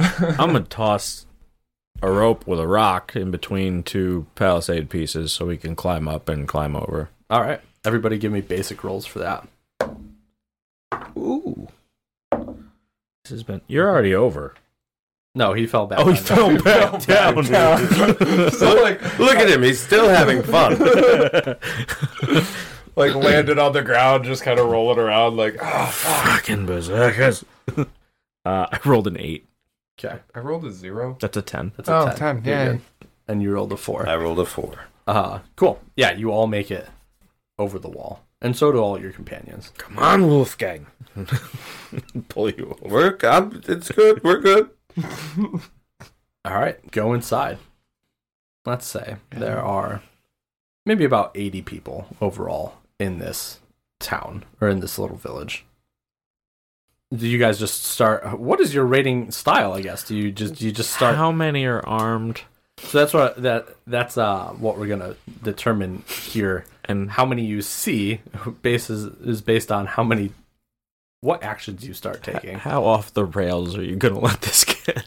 I'm going to toss a rope with a rock in between two palisade pieces so we can climb up and climb over.
All right. Everybody give me basic rolls for that.
Ooh. This has been. You're already over.
No, he fell back.
Oh, he
on that.
fell back down.
so like, look at him. He's still having fun.
like landed on the ground, just kind of rolling around. Like ah,
Fucking berserkers. uh, I rolled an eight.
Okay.
I rolled a zero.
That's a ten.
That's a 10. You're
yeah.
good. And you rolled a 4.
I rolled a four.
Uh, cool. Yeah, you all make it over the wall. And so do all your companions.
Come on, Wolfgang. Pull you over.
We're I'm, it's good. We're good.
All right, go inside. Let's say there are maybe about 80 people overall in this town or in this little village. Do you guys just start what is your rating style, I guess? Do you just do you just start
How many are armed?
So that's what that that's uh what we're going to determine here
And
how many you see bases is based on how many what actions you start taking.
how off the rails are you gonna let this get?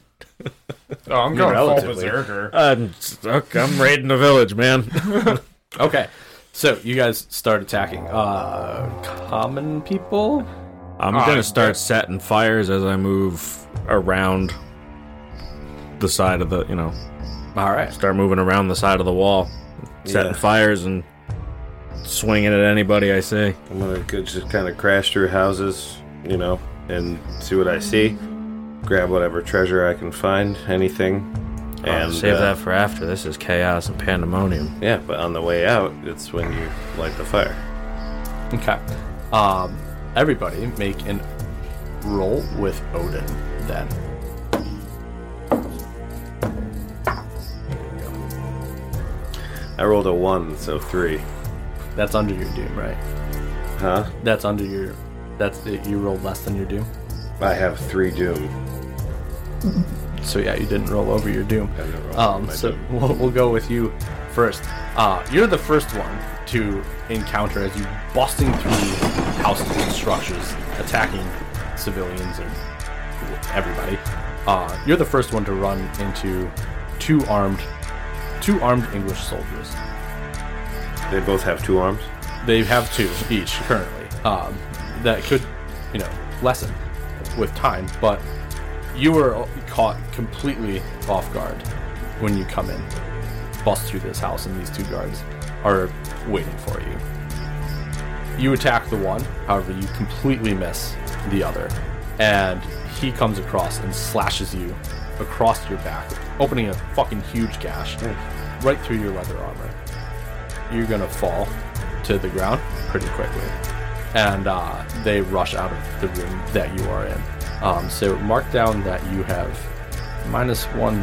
Oh, I'm going full
Relatively.
berserker.
I'm, stuck. I'm raiding the village, man.
Okay. So you guys start attacking. Uh common people? Oh,
I'm gonna start setting fires as I move around the side of the, you know,
All right.
start moving around the side of the wall, setting
Yeah.
fires and swinging at anybody I see.
I'm gonna go- just kind of crash through houses, you know, and see what I see. Grab whatever treasure I can find, anything, and
save
uh,
that for after. This is chaos and pandemonium.
Yeah, but on the way out, it's when you light the fire.
Okay. Um, everybody make an roll with Odin then.
I rolled a one, so three.
That's under your doom, right?
Huh?
That's under your. That's the, you rolled less than your doom.
I have three doom.
So yeah, you didn't roll over your doom.
I didn't roll over
Um,
my
so
doom.
we'll, we'll go with you first. Uh, you're the first one to encounter as you busting through houses and structures, attacking civilians and everybody. Uh, you're the first one to run into two armed, two armed English soldiers.
They both have two arms.
They have two each currently. Um, that could, you know, lessen with time, but you were caught completely off guard when you come in, bust through this house, and these two guards are waiting for you. You attack the one, however, you completely miss the other, and he comes across and slashes you across your back, opening a fucking huge gash right through your leather armor you're gonna fall to the ground pretty quickly. And uh, they rush out of the room that you are in. Um, so mark down that you have minus one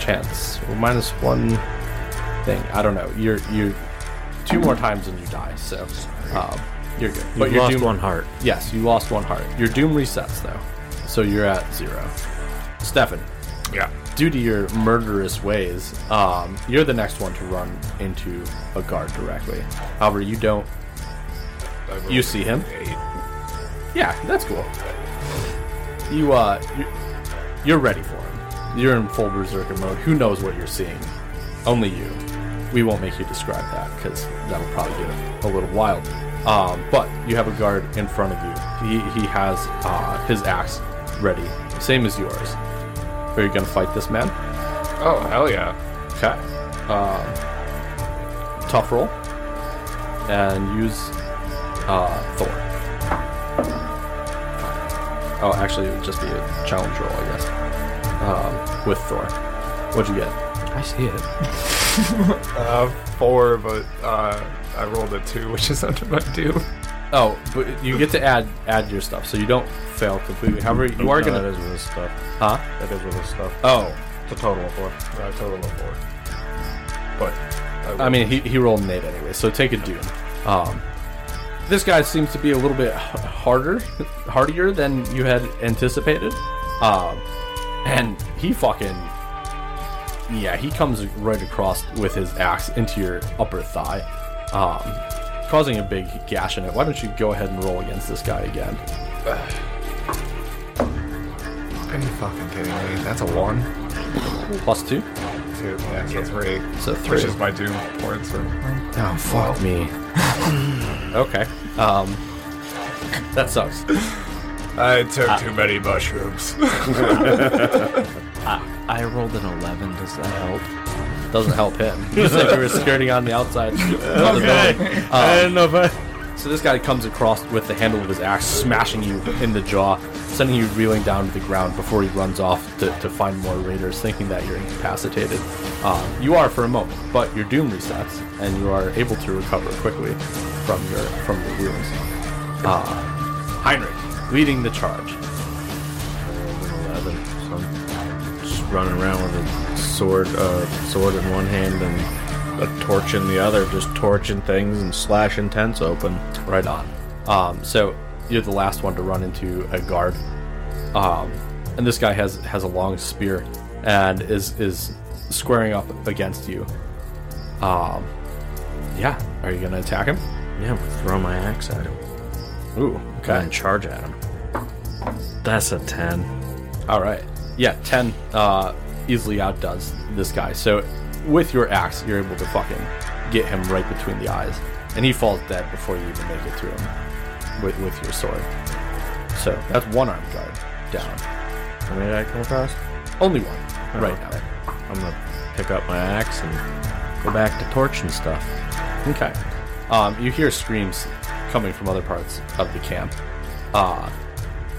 chance or minus one thing. I don't know. You're you two more times and you die. So um, you're good.
But you
your
lost
doom-
one heart.
Yes, you lost one heart. Your doom resets though, so you're at zero. Stefan.
Yeah.
Due to your murderous ways, um, you're the next one to run into a guard directly. However, you don't You see him. Yeah, that's cool. You uh, you- you're ready for him. You're in full berserker mode. Who knows what you're seeing? Only you. We won't make you describe that because that'll probably get a little wild. Um, but you have a guard in front of you. He he has uh, his axe ready, same as yours. Are you gonna fight this man?
Oh hell yeah!
Okay. Um, tough roll. And use uh, Thor. Oh, actually, it would just be a challenge roll, I guess. Um, with Thor. What'd you get?
I see it.
Uh, four, but uh, I rolled a two, which is under my due.
Oh, but you get to add add your stuff, so you don't fail completely. However, you are
No,
gonna.
That is with his stuff.
Huh?
That is with his stuff.
Oh,
It's a total of four.
I total of four. But
I mean, he, he rolled an eight anyway, so take a doom. Um, this guy seems to be a little bit h- harder, hardier than you had anticipated. Um, and he fucking, yeah, he comes right across with his axe into your upper thigh, um, causing a big gash in it. Why don't you go ahead and roll against this guy again?
Are you fucking kidding me? That's a one.
Plus two,
two, yeah, so three,
so three.
which is my doom points. Or,
Oh, fuck me. okay. Um, that sucks.
I took too many mushrooms.
I rolled an 11. Does that help?
Doesn't help him. He said you were skirting on the outside. of the building. Um,
I didn't know if I.
So this guy comes across with the handle of his axe, smashing you in the jaw, sending you reeling down to the ground before he runs off to, to find more raiders, thinking that you're incapacitated. Uh, you are for a moment, but your doom resets, and you are able to recover quickly from your from your wounds. Uh, Heinrich leading the charge.
Eleven. So I'm just running around with a sword, uh, sword in one hand and a torch in the other, just torching things and slashing tents open.
Right on. Um, so you're the last one to run into a guard, um, and this guy has has a long spear and is is squaring up against you. Um, yeah, are you gonna attack him?
Yeah, I'm gonna throw my axe at him
Ooh, okay,
and charge at him. That's a ten.
all right. Yeah, ten uh, easily outdoes this guy. So with your axe, you're able to fucking get him right between the eyes, and he falls dead before you even make it through him with with your sword. So that's one armed guard down.
How many did I come across?
Only one right now.
I'm gonna pick up my axe and go back to torching stuff.
Okay. Um, you hear screams coming from other parts of the camp. Uh,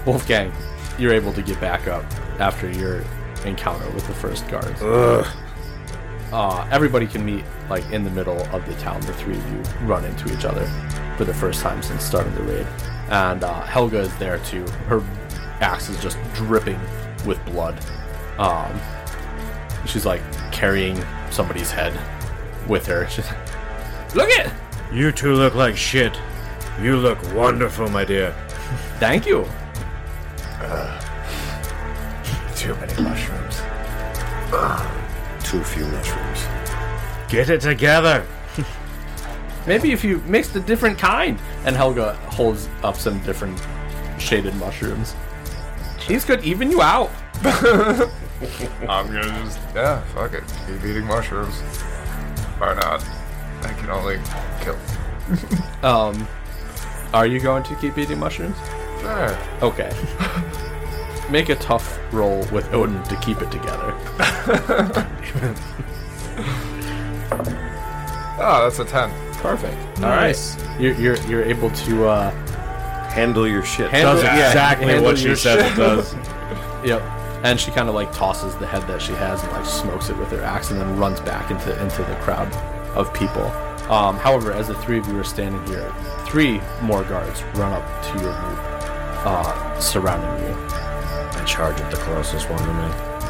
Wolfgang, you're able to get back up after your encounter with the first guards. Uh, everybody can meet like in the middle of the town. The three of you run into each other for the first time since starting the raid, and uh, Helga is there too. Her axe is just dripping with blood. Um, she's like carrying somebody's head with her. She's Look it!
You two look like shit. You look wonderful, my dear.
Thank you.
too many mushrooms.
Too few mushrooms.
Get it together.
Maybe if you mixed a different kind. And Helga holds up some different shaded mushrooms. These could even you out.
I'm gonna just yeah, fuck it. Keep eating mushrooms. Why not? I can only kill.
Um, are you going to keep eating mushrooms?
There.
Okay. Make a tough roll with Odin to keep it together.
Oh, that's a ten.
Perfect. All right. You're you're, you're able to uh,
Handle your shit.
handle
Does
yeah,
exactly
handle
what she
your
says
shit.
it does.
Yep. And she kind of like tosses the head that she has and like smokes it with her axe and then runs back into into the crowd of people. Um, however, as the three of you are standing here, three more guards run up to your group, uh, surrounding you.
I charge at the closest one to me.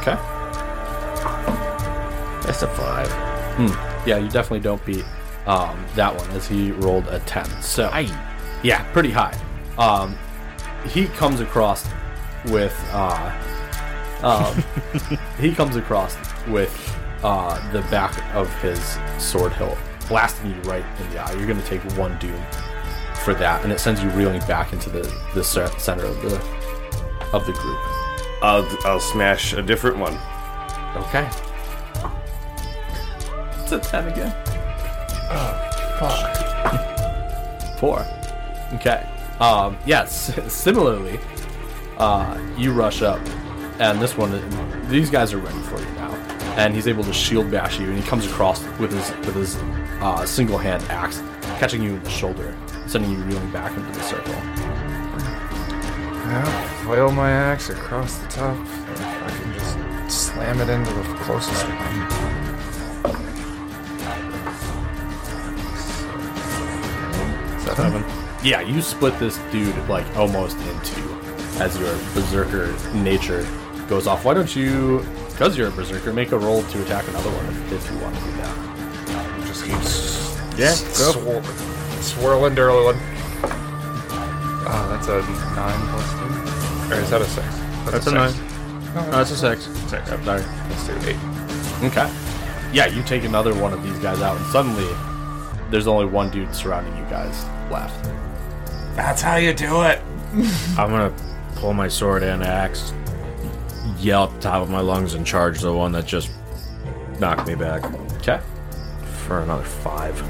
Okay.
That's a five.
Hmm. Yeah, you definitely don't beat um, that one as he rolled a 10. So, yeah, pretty high. Um, he comes across with uh, um, he comes across with uh, the back of his sword hilt, blasting you right in the eye. You're gonna take one doom for that, and it sends you reeling back into the the cer- center of the of the group.
I'll I'll smash a different one.
Okay. It's a 10 again. Four. Okay. Um, yes, similarly, uh, you rush up, and this one, these guys are ready for you now. And he's able to shield bash you, and he comes across with his with his uh, single hand axe, catching you in the shoulder, sending you reeling back into the circle.
Yeah, flail my axe across the top. and I can just slam it into the closest one. Seven.
Yeah, you split this dude like almost in two as your berserker nature goes off. Why don't you, because you're a berserker, make a roll to attack another one if, if you want to do that?
Just keeps
Yeah, go.
swir- swirling, dirling. Oh, that's a nine plus two. Or is that a six?
That's a nine. No, that's a six. Six. I'm sorry.
Let's do eight.
Okay. Yeah, you take another one of these guys out, and suddenly there's only one dude surrounding you guys left.
That's how you do it.
I'm gonna pull my sword and axe, yell at the top of my lungs, and charge the one that just knocked me back
Okay.
for another five.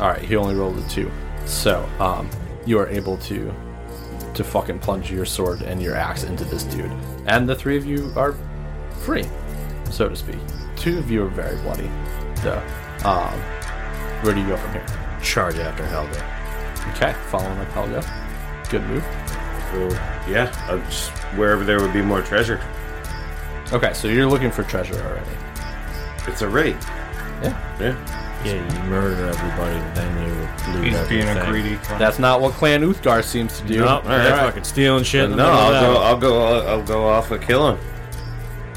All right, he only rolled a two, so um, you are able to to fucking plunge your sword and your axe into this dude, and the three of you are free, so to speak. Two of you are very bloody, so um, where do you go from here?
Charge after Helga.
Okay, following up Helga. Good move.
So yeah, I'll just wherever there would be more treasure.
Okay, so you're looking for treasure already.
It's a raid.
Yeah.
Yeah.
Yeah, you murder everybody, then you loot
He's being a
everything.
greedy. cunt.
That's not what Clan Uthgar seems to do.
Nope, Oh, they're fucking stealing shit. in the
No,
middle of
I'll
that.
go. I'll go. I'll, I'll go off a killing.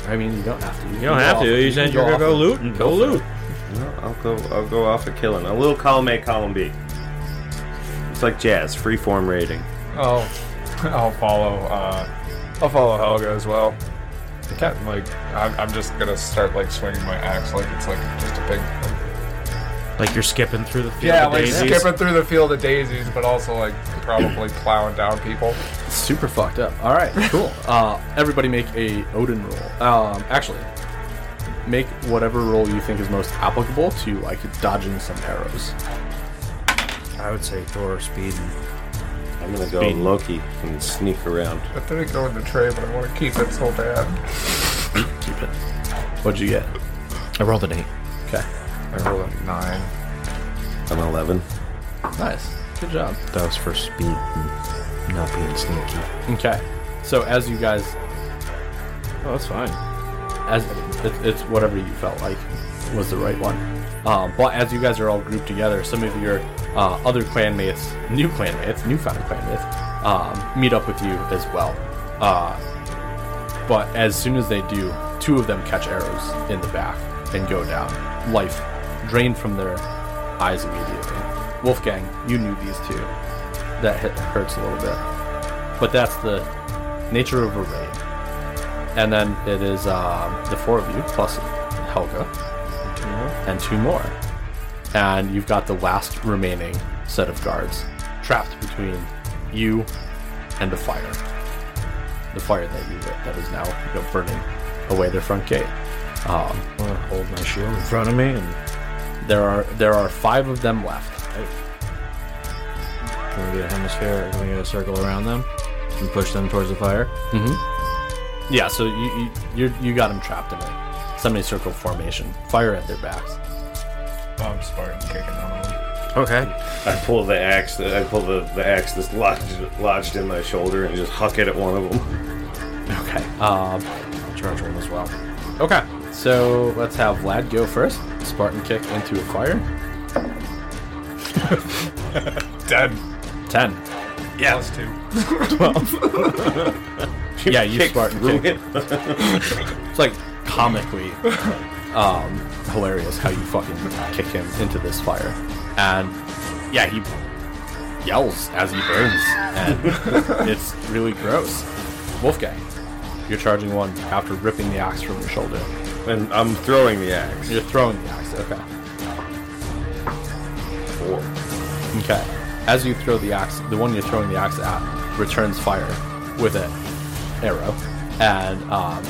I mean, you don't have to.
You don't have to. You said you're gonna go looting. Go loot.
No, I'll go. I'll go off a killing. A little column A, column B. It's like jazz, free form rating.
I'll, Oh, I'll follow. Uh, I'll follow Helga as well.
Okay.
Like I'm, I'm just gonna start like swinging my axe like it's like just a big.
Like you're skipping through the field
Yeah,
of
like
daisies.
skipping through the field of daisies, but also like probably plowing down people.
Super fucked up. All right, cool. Uh, everybody make a Odin roll. Um, actually, make whatever roll you think is most applicable to like dodging some arrows.
I would say Thor speed.
I'm gonna go
Speed.
Loki and sneak around.
I didn't go in the tray, but I want to keep it so bad.
Keep it. What'd you get?
I rolled an eight.
Okay.
I rolled a nine.
I'm 11.
Nice. Good job.
That was for speed and not being sneaky.
Okay. So as you guys,
Oh, that's fine.
as it, it's whatever you felt like was the right one. Um, but as you guys are all grouped together, some of your uh, other clanmates, new clanmates, newfound clanmates, um, meet up with you as well. Uh, but as soon as they do, two of them catch arrows in the back and go down. Life drained from their eyes immediately. Wolfgang, you knew these two. That hit, hurts a little bit. But that's the nature of a raid. And then it is um, the four of you plus Helga and two more. And you've got the last remaining set of guards trapped between you and the fire. The fire that you lit that is now you know, burning away their front gate. Um,
I'm gonna hold my shield in front of me and
there are there are five of them left.
can we get a hemisphere? Can we get a circle around them and push them towards the fire?
Yeah, so you you you're, you got them trapped in a semicircle formation. Fire at their backs.
I'm Spartan kicking on them.
Okay.
I pull the axe. that- I pull the, the axe that's lodged, lodged in my shoulder and just huck it at one of them.
Okay. Um, charge roll as well. Okay. So let's have Vlad go first. Spartan kick into a fire.
Dead.
Ten.
Yeah. Plus two.
Yeah, you
Kick
Spartan
through
kick.
it.
It's like comically um, hilarious how you fucking kick him into this fire. And yeah, he yells as he burns, and it's really gross. Wolfgang, you're charging one after ripping the axe from your shoulder.
And I'm throwing the axe.
You're throwing the axe. Okay.
Four.
Okay. As you throw the axe, the one you're throwing the axe at returns fire with an arrow and um,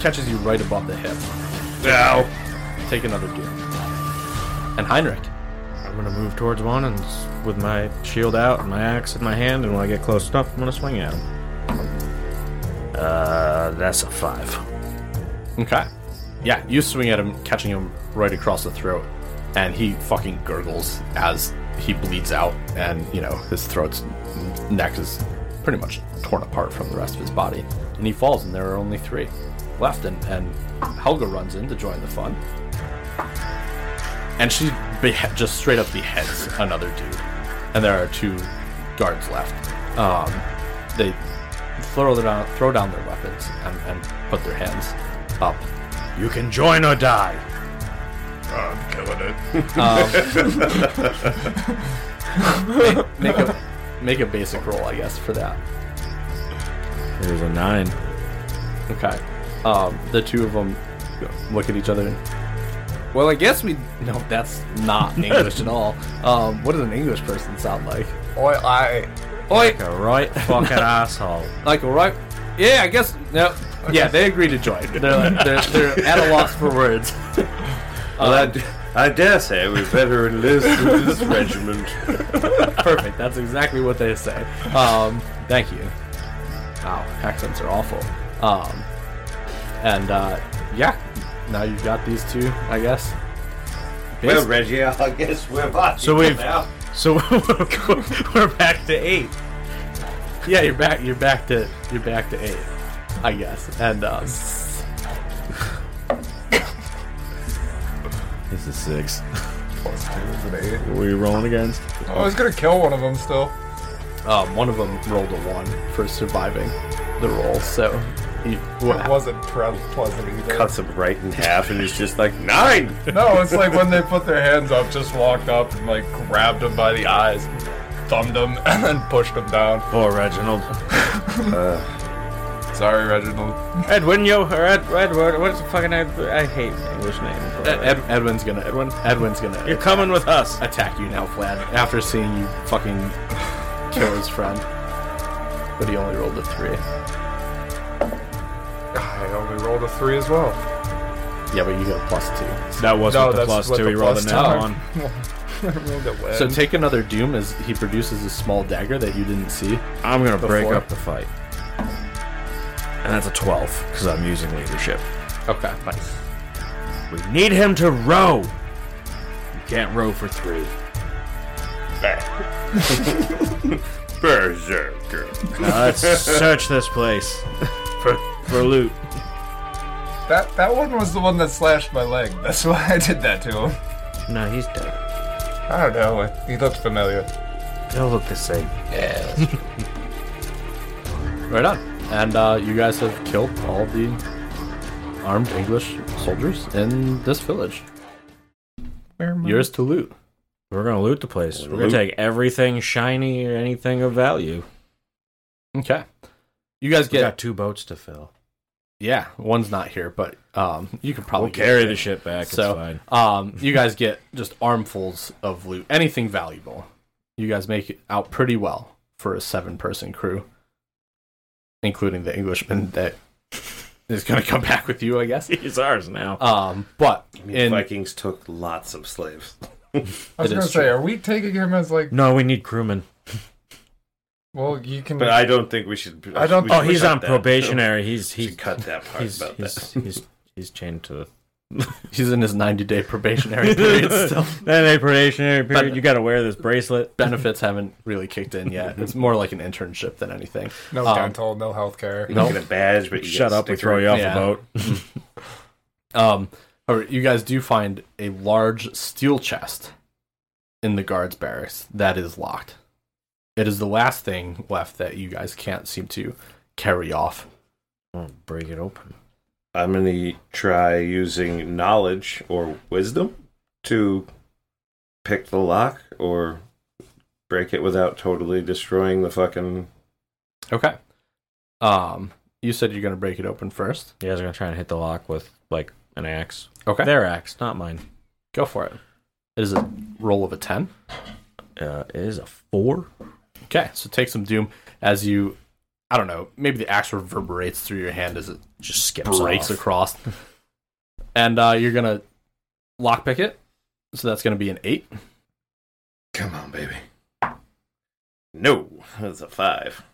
catches you right above the hip. Now, take another deal. And Heinrich,
I'm gonna move towards one and s- with my shield out and my axe in my hand, and when I get close enough, I'm gonna swing at him. Uh, that's a five.
Okay. Yeah, you swing at him, catching him right across the throat, and he fucking gurgles as he bleeds out, and you know his throat's neck is pretty much torn apart from the rest of his body, and he falls, and there are only three left, and and Helga runs in to join the fun, and she behe- just straight up beheads another dude, and there are two guards left. Um, they throw down throw down their weapons and, and put their hands up.
You can join or die.
I'm killing it.
Um, Make a make a basic roll, I guess, for that.
It was a nine.
Okay. Um, the two of them look at each other. and Well, I guess we no, that's not English at all. Um, what does an English person sound like?
Oi, I.
Oi,
A right fucking asshole.
like all right? Yeah, I guess no. Yeah, they agree to join. They're they're, they're at a loss for words.
Well, I d- I dare say we better enlist in this regiment.
Perfect. That's exactly what they say. Um, thank you. Wow, accents are awful. Um, and uh, yeah, now you've got these two, I guess.
Well, Reggie, I guess we're back.
So we've-
Now.
So we're back to eight.
yeah, you're back. You're back to you're back to eight, I guess. And um,
This is six.
Were you rolling against?
I was gonna kill one of them still.
um, one of them rolled a one for surviving the roll, so he
It wasn't pre- pleasant either.
Cuts him right in half, and he's just like nine.
No, it's like when they put their hands up, just walked up and like grabbed him by the eyes, thumbed him, and then pushed him down. Uh,
Poor Oh, Reginald.
Sorry, Reginald.
Edwin, yo, or Ed, Edward, what's the fucking name? I hate English names.
Ed- Ed- Edwin's gonna Edwin Edwin's gonna
You're coming with us.
attack you now, Vlad. After seeing you fucking kill his friend, but he only rolled a three.
I only rolled a three as well.
Yeah, but you got a plus two.
That was
No,
with the
that's
plus
with
two.
the
We rolled the
plus Oh,
net
two.
on.
So take another doom as he produces a small dagger that you didn't see.
I'm gonna break
Before.
up the fight. And that's a 12, because I'm using leadership.
Okay, nice.
We need him to row! You can't row for three.
Berserker.
Now let's search this place for, for loot.
That that one was the one that slashed my leg. That's why I did that to him.
No, he's dead.
I don't know. He looked familiar.
They'll look the same.
Right on. And uh, you guys have killed all the armed English soldiers in this village. Yours to loot.
We're gonna loot the place. We're gonna take everything shiny or anything of value.
Okay. You guys
We
get
got two boats to fill.
yeah. One's not here, but um, you can probably
We'll carry
get
the shit back. It's
So
fine.
um, you guys get just armfuls of loot, anything valuable. You guys make it out pretty well for a seven-person crew, including the Englishman that is going to come back with you, I guess.
He's ours now.
Um, but
The
in
Vikings took lots of slaves.
I was
It
gonna
is
say,
true.
are we taking him as like?
no, we need crewmen.
Well, you can.
But I don't think we should.
I don't-
we
Oh,
should
he's
cut
on
that.
probationary. He's
We
he's
should cut that part
he's
about
he's,
that.
he's he's chained to the
he's in his ninety-day probationary period still.
That ain't probationary period.
But-
you got to wear this bracelet.
benefits haven't really kicked in yet. It's more like an internship than anything.
no
um,
dental, no healthcare.
You get a badge, but you
Shut
get a
up! We
sticker.
throw you off
Yeah.
the boat.
Um, however, you guys do find a large steel chest in the guards' barracks that is locked. It is the last thing left that you guys can't seem to carry off.
I'll break it open.
I'm gonna try using knowledge or wisdom to pick the lock or break it without totally destroying the fucking.
Okay. Um, you said you're gonna break it open first.
You guys are gonna try and hit the lock with like an axe.
Okay.
Their axe, not mine.
Go for it. It is a roll of a ten.
Uh, it is a four.
Okay, so take some doom as you, I don't know, maybe the axe reverberates through your hand as it
Just skips
breaks
off.
across, and uh, you're gonna lockpick it. So that's gonna be an eight.
Come on, baby. No, that's a five.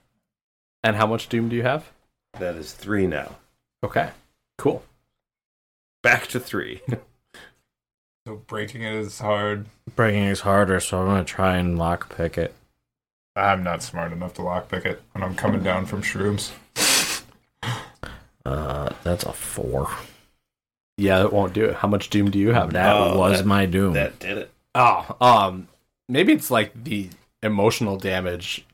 And how much doom do you have?
That is three now.
Okay, cool.
Back to three.
So breaking it is hard.
Breaking is harder, so I'm gonna try and lockpick it.
I'm not smart enough to lockpick it when I'm coming down from shrooms.
Uh, that's a four.
Yeah, it won't do it. How much doom do you have now?
That
Oh,
was
that-
my doom.
that did it.
Oh, um, maybe it's like the emotional damage.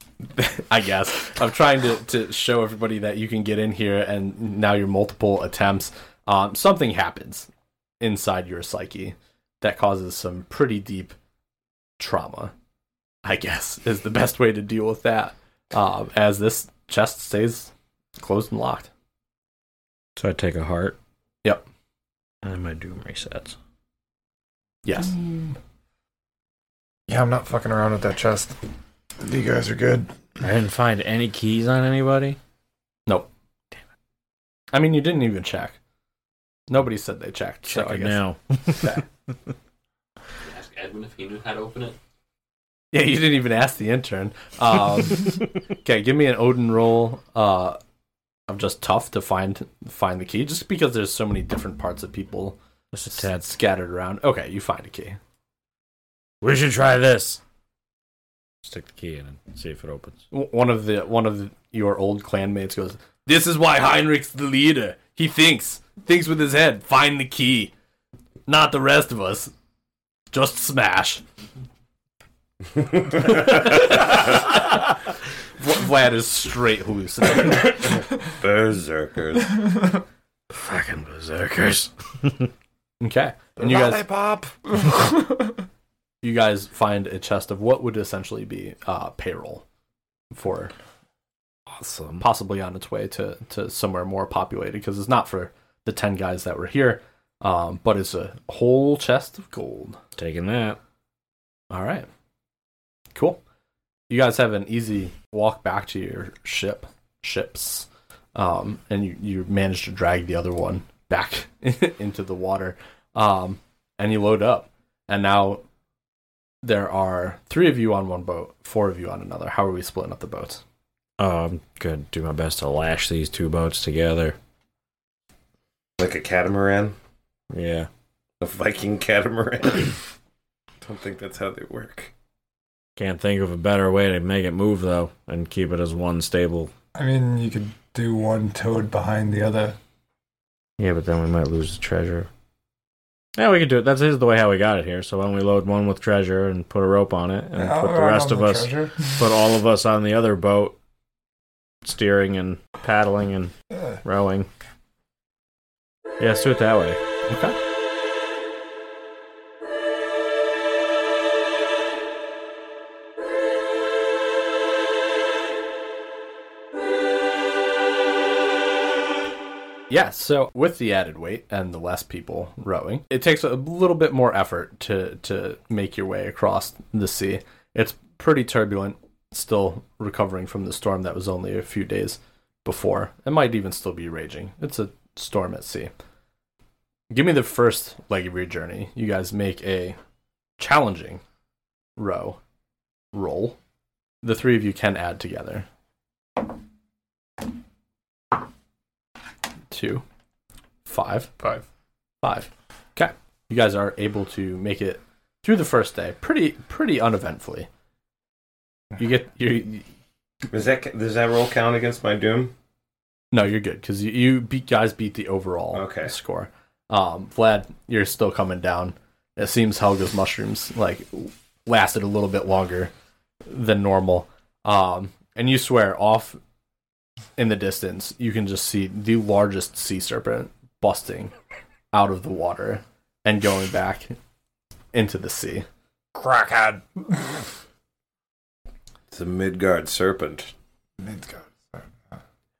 I guess of trying to to show everybody that you can get in here, and now your multiple attempts, um, something happens inside your psyche that causes some pretty deep trauma. I guess is the best way to deal with that. Um, as this chest stays closed and locked.
So I take a heart.
Yep.
And then my doom resets.
Yes.
Yeah, I'm not fucking around with that chest. You guys are good.
I didn't find any keys on anybody.
I mean, you didn't even check. Nobody said they checked.
Check
so I
it
guess.
now.
Ask Edwin if he knew how to open it.
Yeah, you didn't even ask the intern. Um, okay, give me an Odin roll uh, of just tough to find find the key, just because there's so many different parts of people
Just a
s-
tad.
scattered around. Okay, you find a key.
We should try this. Stick the key in and see if it opens.
W- One of the one of your old clanmates goes, "This is why Heinrich's the leader. He thinks thinks with his head. Find the key, not the rest of us. Just smash." Vla- Vlad is straight hallucinating.
Berserkers.
Fucking berserkers.
Okay. And you guys pop. you guys find a chest of what would essentially be uh, payroll for
Awesome.
possibly on its way to, to somewhere more populated because it's not for the 10 guys that were here, um, but it's a whole chest of gold.
Taking that.
All right. Cool. You guys have an easy walk back to your ship, ships, um, and you, you manage to drag the other one back into the water. Um, and you load up. And now there are three of you on one boat, four of you on another. How are we splitting up the boats?
Oh, I'm gonna do my best to lash these two boats together.
like a catamaran?
Yeah.
A Viking catamaran? Don't think that's how they work.
Can't think of a better way to make it move though, and keep it as one stable.
I mean, you could do one toad behind the other.
Yeah, but then we might lose the treasure. Yeah, we could do it. That's is the way how we got it here. So why don't we load one with treasure and put a rope on it, and
I'll
put the
run
rest
on
of us,
treasure.
put all of us on the other boat, steering and paddling and
Yeah.
rowing. Yeah, let's do it that way.
Okay. Yeah, so with the added weight and the less people rowing, it takes a little bit more effort to to make your way across the sea. It's pretty turbulent, still recovering from the storm that was only a few days before. It might even still be raging. It's a storm at sea. Give me the first leg of your journey. You guys make a challenging row roll. The three of you can add together. Two, five,
Five.
five. Okay. You guys are able to make it through the first day pretty pretty uneventfully. You get you
Is that, does that roll count against my doom?
No, you're good because you, you beat guys beat the overall
Okay.
score. Um, Vlad, you're still coming down. It seems Helga's mushrooms like lasted a little bit longer than normal. Um, and you swear off in the distance, you can just see the largest sea serpent busting out of the water and going back into the sea.
Crackhead.
It's a Midgard serpent.
Midgard.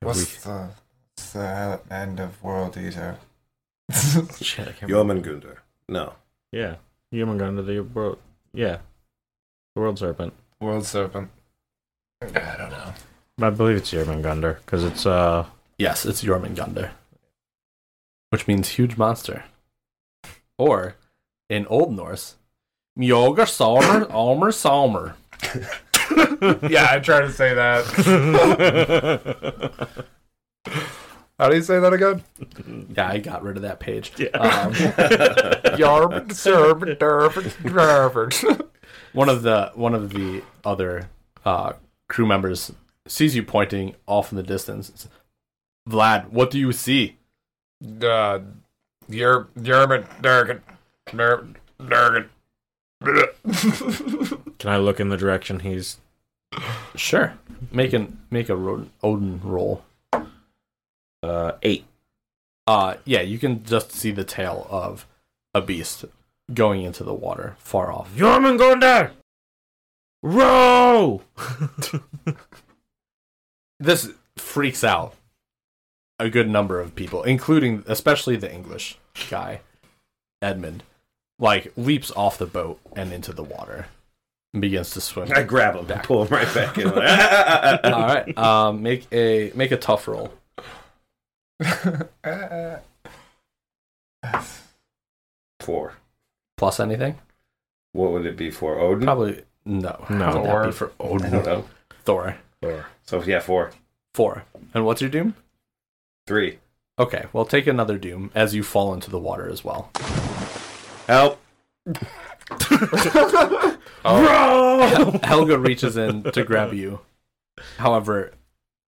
What's the, what's the end of World Eater?
Shit, I can't.
Jormungandr. No.
Yeah, human gun to the boat. Yeah, The World Serpent.
World Serpent. I don't know.
I believe it's Gunder because it's uh
Yes, it's Jormungandr, which means huge monster. Or, in Old Norse, Mjogar Salmer Almer Salmer.
yeah, I try to say that. How do you say that again?
Yeah, I got rid of that page.
Um,
Yarb, serb, derb, derb.
one of the one of the other uh, crew members sees you pointing off in the distance. Vlad, what do you see?
Uh, Yerb, Yermit, Durgan, Durgan, Durgan.
Can I look in the direction he's?
Sure, make an make a Ro- Odin roll.
Uh, eight.
Uh, yeah, you can just see the tail of a beast going into the water far off.
Jormungandr, row.
This freaks out a good number of people, including especially the English guy, Edmund. Like leaps off the boat and into the water, and begins to swim.
I grab him, pull him right back in.
All right, um, make a make a tough roll.
Uh,
Four.
plus anything?
What would it be for Odin?
Probably no.
No.
Would that be for
I
Odin.
don't know.
Thor.
So yeah, four,
Four. And what's your doom?
three.
Okay, well take another doom as you fall into the water as well.
Help!
Oh.
Hel- Helga reaches in to grab you. However,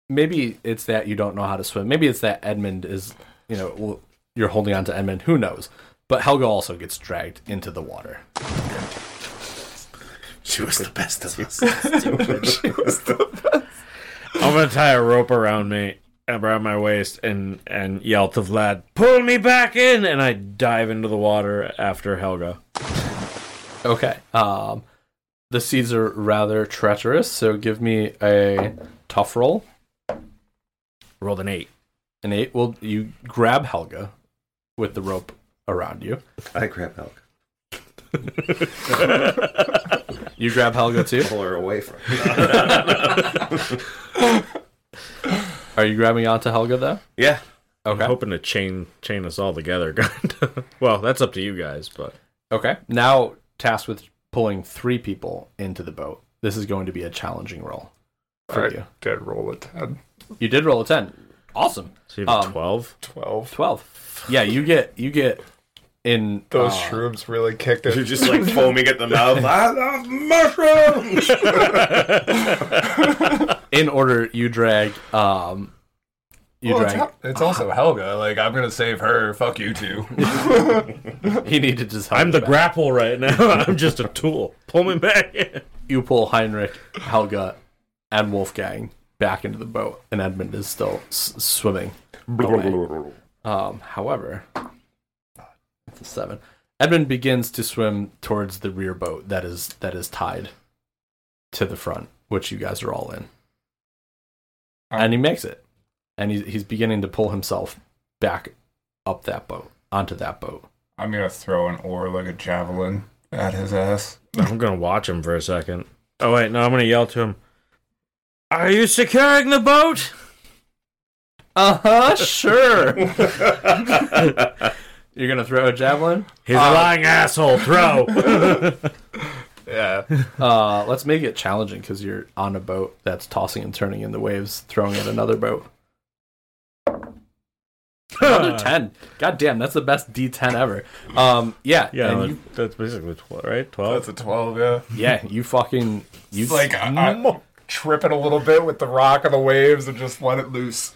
maybe it's that you don't know how to swim. Maybe it's that Edmund is, you know, well, you're holding on to Edmund. Who knows? But Helga also gets dragged into the water.
She was the best of us.
I'm gonna tie a rope around me, around my waist, and and yell to Vlad, "Pull me back in!" And I dive into the water after Helga.
Okay. Um, the seeds are rather treacherous, so give me a tough roll.
Rolled an eight.
An eight. Well, you grab Helga with the rope around you.
I grab Helga.
You grab Helga too.
Pull her away from.
Are you grabbing onto Helga though?
yeah.
Okay.
I'm hoping to chain chain us all together. kinda. well, that's up to you guys, but
Okay. Now tasked with pulling three people into the boat. This is going to be a challenging roll for
Alright.
you.
Dead roll at 10,
You did roll a ten. Awesome.
so you have
Um,
twelve.
12.
Twelve. Yeah, you get you get in
Those
uh,
shrooms really kicked
You're
it.
just like foaming at the mouth. I love mushrooms.
in order. You drag um, you
Well, it's,
drag
Hel- it's also Helga. Like, I'm going to save her. Fuck you two.
He needed his help.
I'm the
back.
grapple right now. I'm just a tool. Pull me back in.
You pull Heinrich, Helga, and Wolfgang back into the boat, and Edmund is still s- swimming. away. um, however, it's a seven. Edmund begins to swim towards the rear boat that is that is tied to the front, which you guys are all in, and he makes it, and he's he's beginning to pull himself back up that boat onto that boat.
I'm going to throw an oar like a javelin at his ass.
I'm gonna watch him for a second. Oh wait, no, I'm gonna yell to him. Are you securing the boat?
Uh huh. Sure. You're gonna throw a javelin.
He's a lying asshole. Throw.
Yeah.
Uh, let's make it challenging because you're on a boat that's tossing and turning in the waves, throwing at another boat. Another ten. God damn, that's the best D10 ever. Um, yeah,
yeah,
and
like,
you,
that's basically twelve, right? Twelve.
Oh, That's a 12, yeah.
yeah, you fucking you
It's like I'm tripping a little bit with the rock of the waves and just let it loose.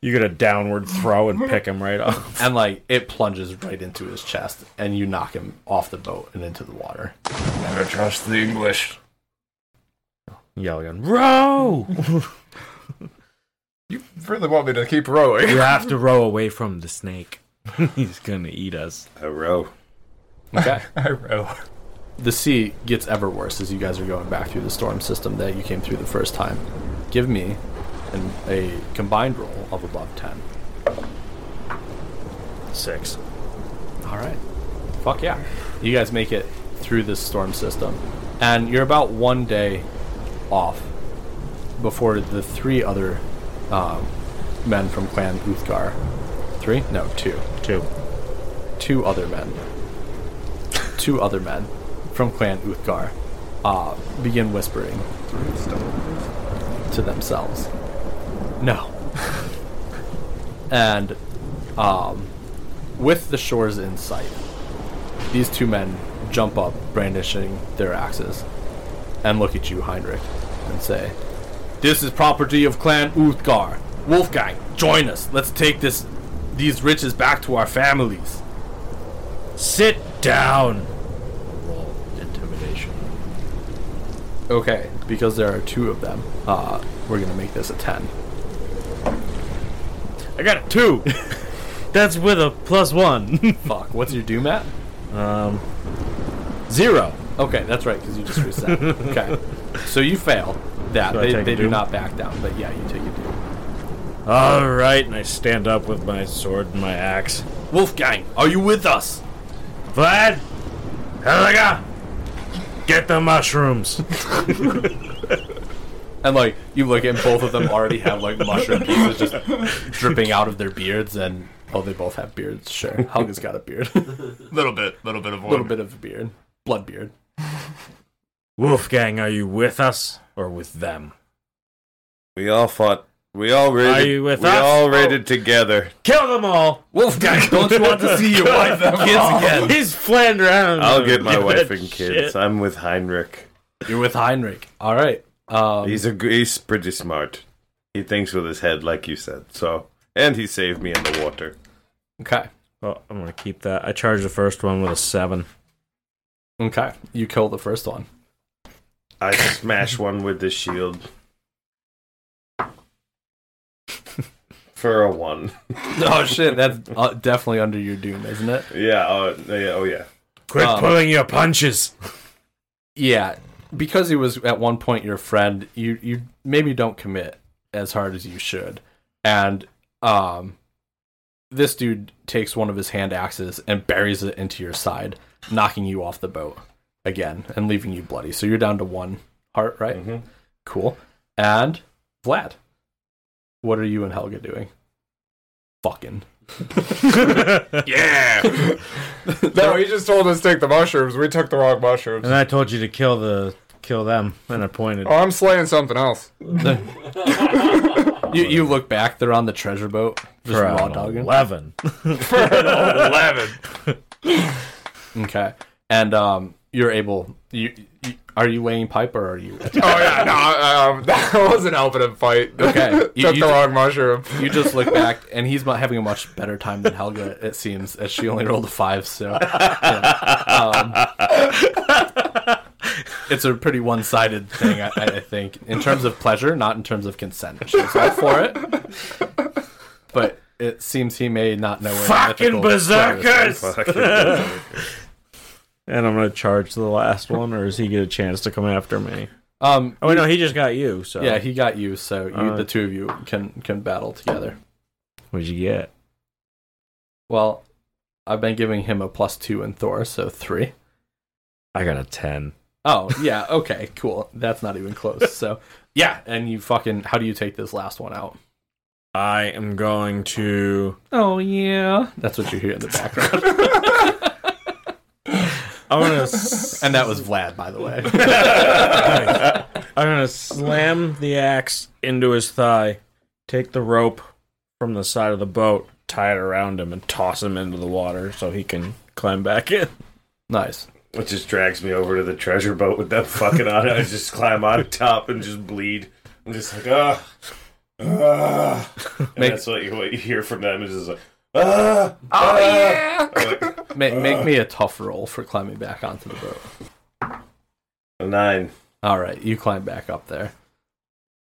You get a downward throw and pick him right off.
and like it plunges right into his chest, and you knock him off the boat and into the water.
Never trust the English.
Yell again. Row.
You really want me to keep rowing?
You have to row away from the snake. He's gonna eat us.
A row.
Okay.
I row.
the sea gets ever worse as you guys are going back through the storm system that you came through the first time. Give me an, a combined roll of above 10.
Six.
All right. Fuck yeah. You guys make it through this storm system and you're about one day off before the three other um, men from Clan Uthgar. Three? No, two.
Two.
Two other men. two other men from Clan Uthgar uh, begin whispering to themselves. No. and um, with the shores in sight, these two men jump up, brandishing their axes, and look at you, Heinrich, and say, "This is property of Clan Uthgar. Wolfgang, join us. Let's take this, these riches back to our families."
Sit down.
Roll intimidation.
Okay, because there are two of them, uh, we're gonna make this a ten.
I got a two. That's with a plus one.
Fuck. What's your doom at?
um, zero.
Okay, that's right, because you just reset. okay, so you fail. That
So I
they,
take a
they do
doom?
not back down, but yeah, you take a doom.
All right, and I stand up with my sword and my axe.
Wolfgang, are you with us?
Vlad, Helga, get the mushrooms.
And like you look at both of them already have like mushroom pieces just dripping out of their beards, and oh, they both have beards. Sure, Helga's got a beard, a
Little bit, little bit of
little bit of a beard, blood beard.
Wolfgang, are you with us or with them?
We all fought. We all raided.
you with
we
us?
all raided together.
Kill them all.
Wolfgang, don't you want to see your wife and kids again?
He's flying around.
I'll get my
Give
wife
that
and kids.
Oh. shit.
I'm with Heinrich.
You're with Heinrich. All right. Um,
He's a g- he's pretty smart. He thinks with his head, like you said. So, and he saved me in the water.
okay.
Well, Oh, I'm gonna keep that. I charged the first one with a seven.
Okay. You kill the first one.
I smash one with the shield for a one.
Oh shit, that's uh, definitely under your doom, isn't it?
Yeah. Oh yeah. Oh yeah.
Quit
Um,
pulling your punches.
Yeah, because he was at one point your friend. You you maybe don't commit as hard as you should, and um, this dude takes one of his hand axes and buries it into your side, knocking you off the boat again and leaving you bloody. So you're down to one heart, right?
Mhm.
Cool. And Vlad, what are you and Helga doing? Fucking.
Yeah.
No, Oh, he just told us to take the mushrooms. We took the wrong mushrooms.
And I told you to kill the kill them, and I pointed.
Oh, I'm slaying something else.
You you look back. They're on the treasure boat, just
for
raw
an
dogging.
eleven.
Eleven.
Okay. And um, you're able. You, you are you laying pipe or are you?
Oh yeah, no, I- um, that wasn't helping him fight.
Okay,
took
you-
the
you-
wrong mushroom.
You just look back, and he's mu- having a much better time than Helga. It seems, as she only rolled a five. So yeah. um, it's a pretty one-sided thing, I, I think, in terms of pleasure, not in terms of consent. She's all for it, but it seems he may not know. where the mythical
Fucking
player is.
berserkers!
Fucking-
And I'm gonna charge the last one, or does he get a chance to come after me?
Um,
Oh wait, no, he just got you. So
yeah, he got you, so you,
Uh,
the two of you can can battle together.
what'd you get?
Well, I've been giving him a plus two in Thor, so three.
I got a ten.
Oh, yeah, okay, cool. That's not even close. So, yeah, and you fucking, how do you take this last one out?
I am going to.
Oh, yeah. That's what you hear in the background.
I'm gonna. s-
and that was Vlad, by the way.
I'm gonna slam the axe into his thigh, take the rope from the side of the boat, tie it around him, and toss him into the water so he can climb back in.
nice.
It just drags me over to the treasure boat with that fucking on it. I just climb on top and just bleed. I'm just like, ah. ah. And
Make-
that's what you, what you hear from them is just like, ah. Oh, yeah.
Make, make me a tough roll for climbing back onto the boat.
a nine.
All right, you climb back up there.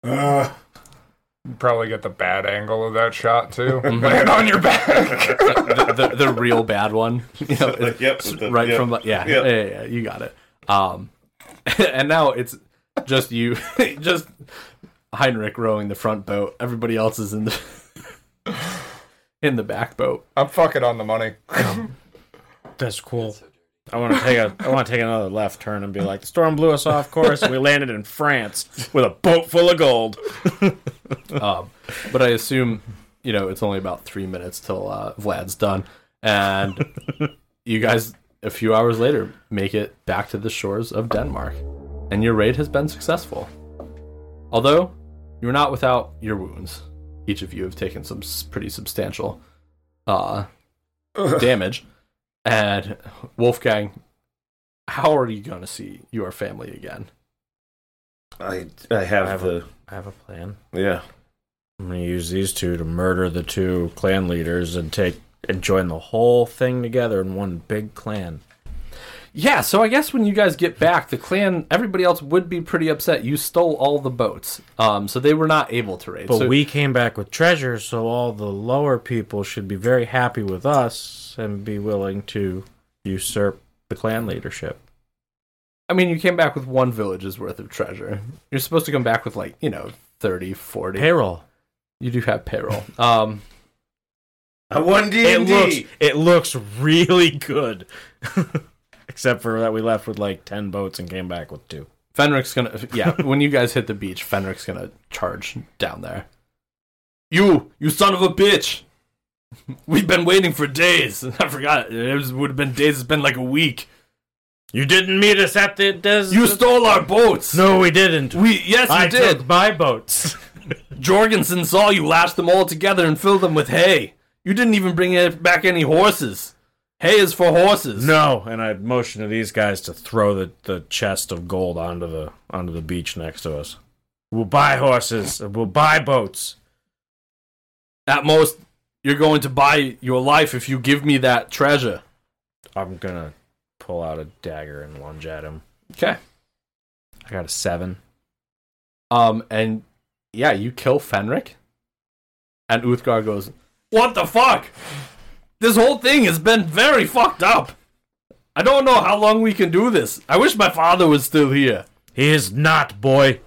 Ah.
Probably get the bad angle of that shot too. Mm-hmm. Land on your back.
The, the, the real bad one. You know, it's-
Like, yep. the-
right
yep.
from the yeah,
Yep.
yeah yeah yeah, you got it um and now it's just you just heinrich rowing the front boat everybody else is in the in the back boat
I'm fucking on the money.
That's cool. I want to take a I want to take another left turn and be like the storm blew us off course and we landed in France with a boat full of gold.
Um, but I assume, you know, it's only about three minutes till uh, Vlad's done, and you guys, a few hours later, make it back to the shores of Denmark, and your raid has been successful. Although you're not without your wounds, each of you have taken some s- pretty substantial uh, damage, and Wolfgang, how are you going to see your family again?
I I have,
I have
the
I have a plan.
yeah.
I'm gonna use these two to murder the two clan leaders and take and join the whole thing together in one big clan.
Yeah, so I guess when you guys get back, the clan, everybody else would be pretty upset. You stole all the boats, um, so they were not able to raid.
But
so,
we came back with treasure, so all the lower people should be very happy with us and be willing to usurp the clan leadership.
I mean, you came back with one village's worth of treasure. You're supposed to come back with like you know 30, 40.
Payroll.
You do have payroll. Um,
I won D
It looks it looks really good. Except for that we left with like ten boats and came back with two.
Fenric's gonna yeah. when you guys hit the beach, Fenric's gonna charge down there. You, you son of a bitch! We've been waiting for days. I forgot it would have been days. It's been like a week.
You didn't meet us at the des-
You stole our boats.
No we didn't.
We yes, you
I
did.
took my boats.
Jorgensen saw you lash them all together and fill them with hay. You didn't even bring it- back any horses. Hay is for horses.
No, and I motioned to these guys to throw the, the chest of gold onto the onto the beach next to us. We'll buy horses. and We'll buy boats.
At most, you're going to buy your life if you give me that treasure.
I'm gonna pull out a dagger and lunge at him.
Okay.
I got a seven.
Um, and yeah, you kill Fenric. And Uthgar goes, What the fuck? This whole thing has been very fucked up. I don't know how long we can do this. I wish my father was still here.
He is not, boy.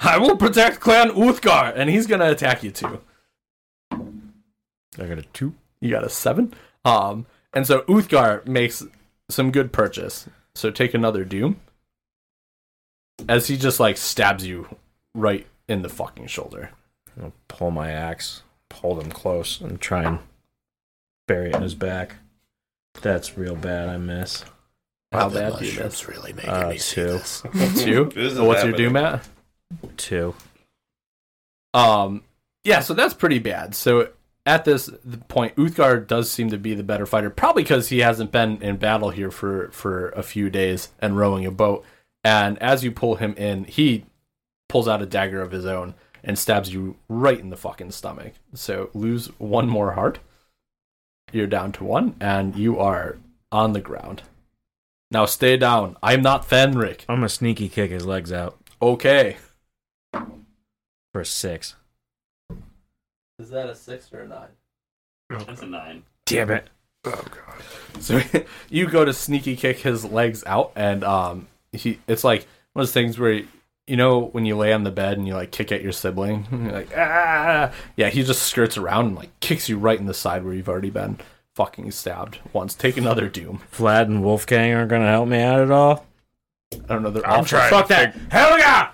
I will protect Clan Uthgar, and he's gonna attack you too.
I got a two.
You got a seven. Um, and so Uthgar makes some good purchase. So take another doom. As he just like stabs you right in the fucking shoulder.
I'll pull my axe, hold him close, and try and bury it in his back. That's real bad. I miss.
How
The
bad do you miss?
mushrooms really making
Uh,
me see
two.
this.
Two.
This is
So what's your
happening.
doom at?
Two.
Um, yeah. So that's pretty bad. So at this point, Uthgar does seem to be the better fighter, probably because he hasn't been in battle here for for a few days and rowing a boat. And as you pull him in, he pulls out a dagger of his own and stabs you right in the fucking stomach. So lose one more heart. You're down to one, and you are on the ground. Now stay down. I'm not Fenric.
I'm gonna sneaky kick his legs out
Okay.
for a six.
Is that a six or a nine?
That's a nine.
Damn it.
So you go to sneaky kick his legs out, and um, he it's like one of those things where you know when you lay on the bed and you like kick at your sibling, and you're like ah, yeah. He just skirts around and like kicks you right in the side where you've already been fucking stabbed once. Take another doom.
Vlad and Wolfgang aren't gonna help me out at all.
I don't know. They're I'm
trying
Fuck
to
that.
Hell yeah!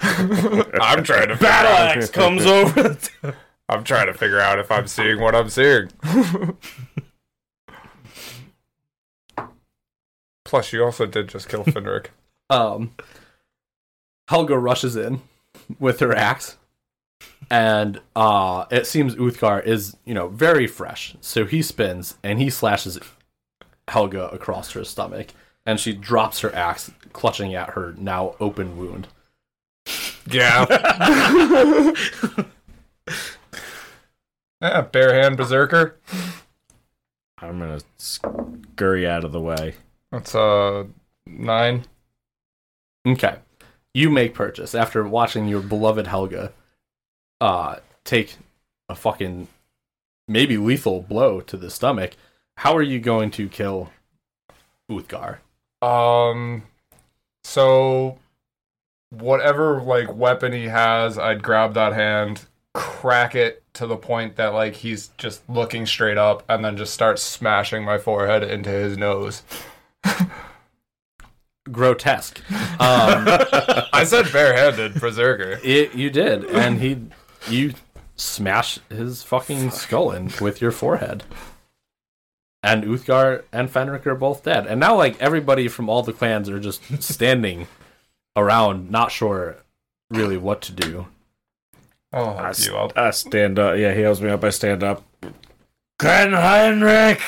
I'm trying to
Battle axe comes over.
I'm trying to figure out if I'm seeing what I'm seeing. Plus, you also did just kill Finric.
Um, Helga rushes in with her axe, and uh, it seems Uthgar is you know very fresh, so he spins and he slashes Helga across her stomach, and she drops her axe, clutching at her now open wound.
Yeah. yeah bare hand berserker.
I'm gonna scurry out of the way.
That's uh nine.
Okay, you make purchase after watching your beloved Helga uh, take a fucking maybe lethal blow to the stomach. How are you going to kill Uthgar?
Um, so whatever like weapon he has, I'd grab that hand, crack it to the point that like he's just looking straight up and then just start smashing my forehead into his nose.
grotesque. Um,
I said barehanded berserker.
it, you did, and he you smash his fucking skull in with your forehead. And Uthgar and Fenric are both dead, and now like everybody from all the clans are just standing around, not sure really what to do.
Oh,
I, s-
you up.
I stand up. Yeah, he helps me up. I stand up. Glenn Heinrich!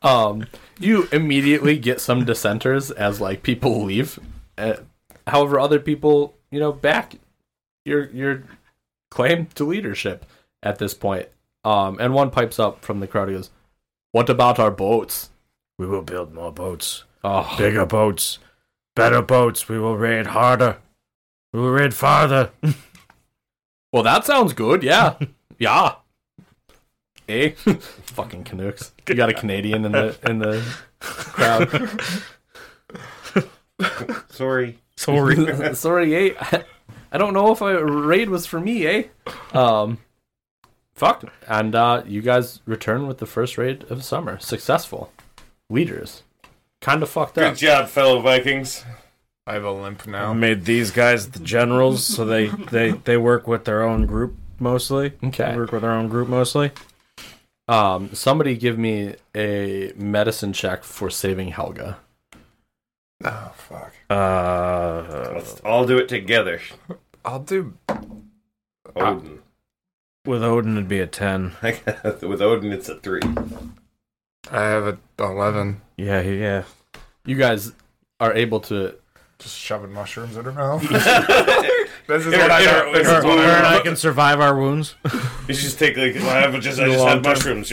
Um, you immediately get some dissenters as like people leave. Uh, however, other people, you know, back your your claim to leadership at this point. Um, and one pipes up from the crowd. He goes, "What about our boats?"
We will build more boats,
Oh,
bigger boats, better boats. We will raid harder. We will raid farther.
well, that sounds good. Yeah, yeah. Eh? Fucking Canucks. You got a Canadian in the in the crowd.
Sorry.
Sorry.
Sorry, eh? I don't know if a raid was for me, eh? Um, fuck. And uh, you guys return with the first raid of summer. Successful. Leaders. Kind of fucked
Good
up.
job, fellow Vikings.
I have a limp
I
now.
made these guys the generals, so they, they, they work with their own group mostly. They
Okay.
work with their own group mostly.
Um, somebody give me a medicine check for saving Helga.
Oh fuck.
Uh,
Let's all do it together.
I'll do
Ah.
Odin.
with Odin, it'd be a 10.
With Odin, it's a three.
I have a eleven.
Yeah, he- yeah.
You guys are able to.
Just shoving mushrooms in her mouth. this is what
Here,
I
here,
know. This
here.
is what I know.
I can survive our wounds.
You should just take like well, I just I just
long
had
time.
mushrooms.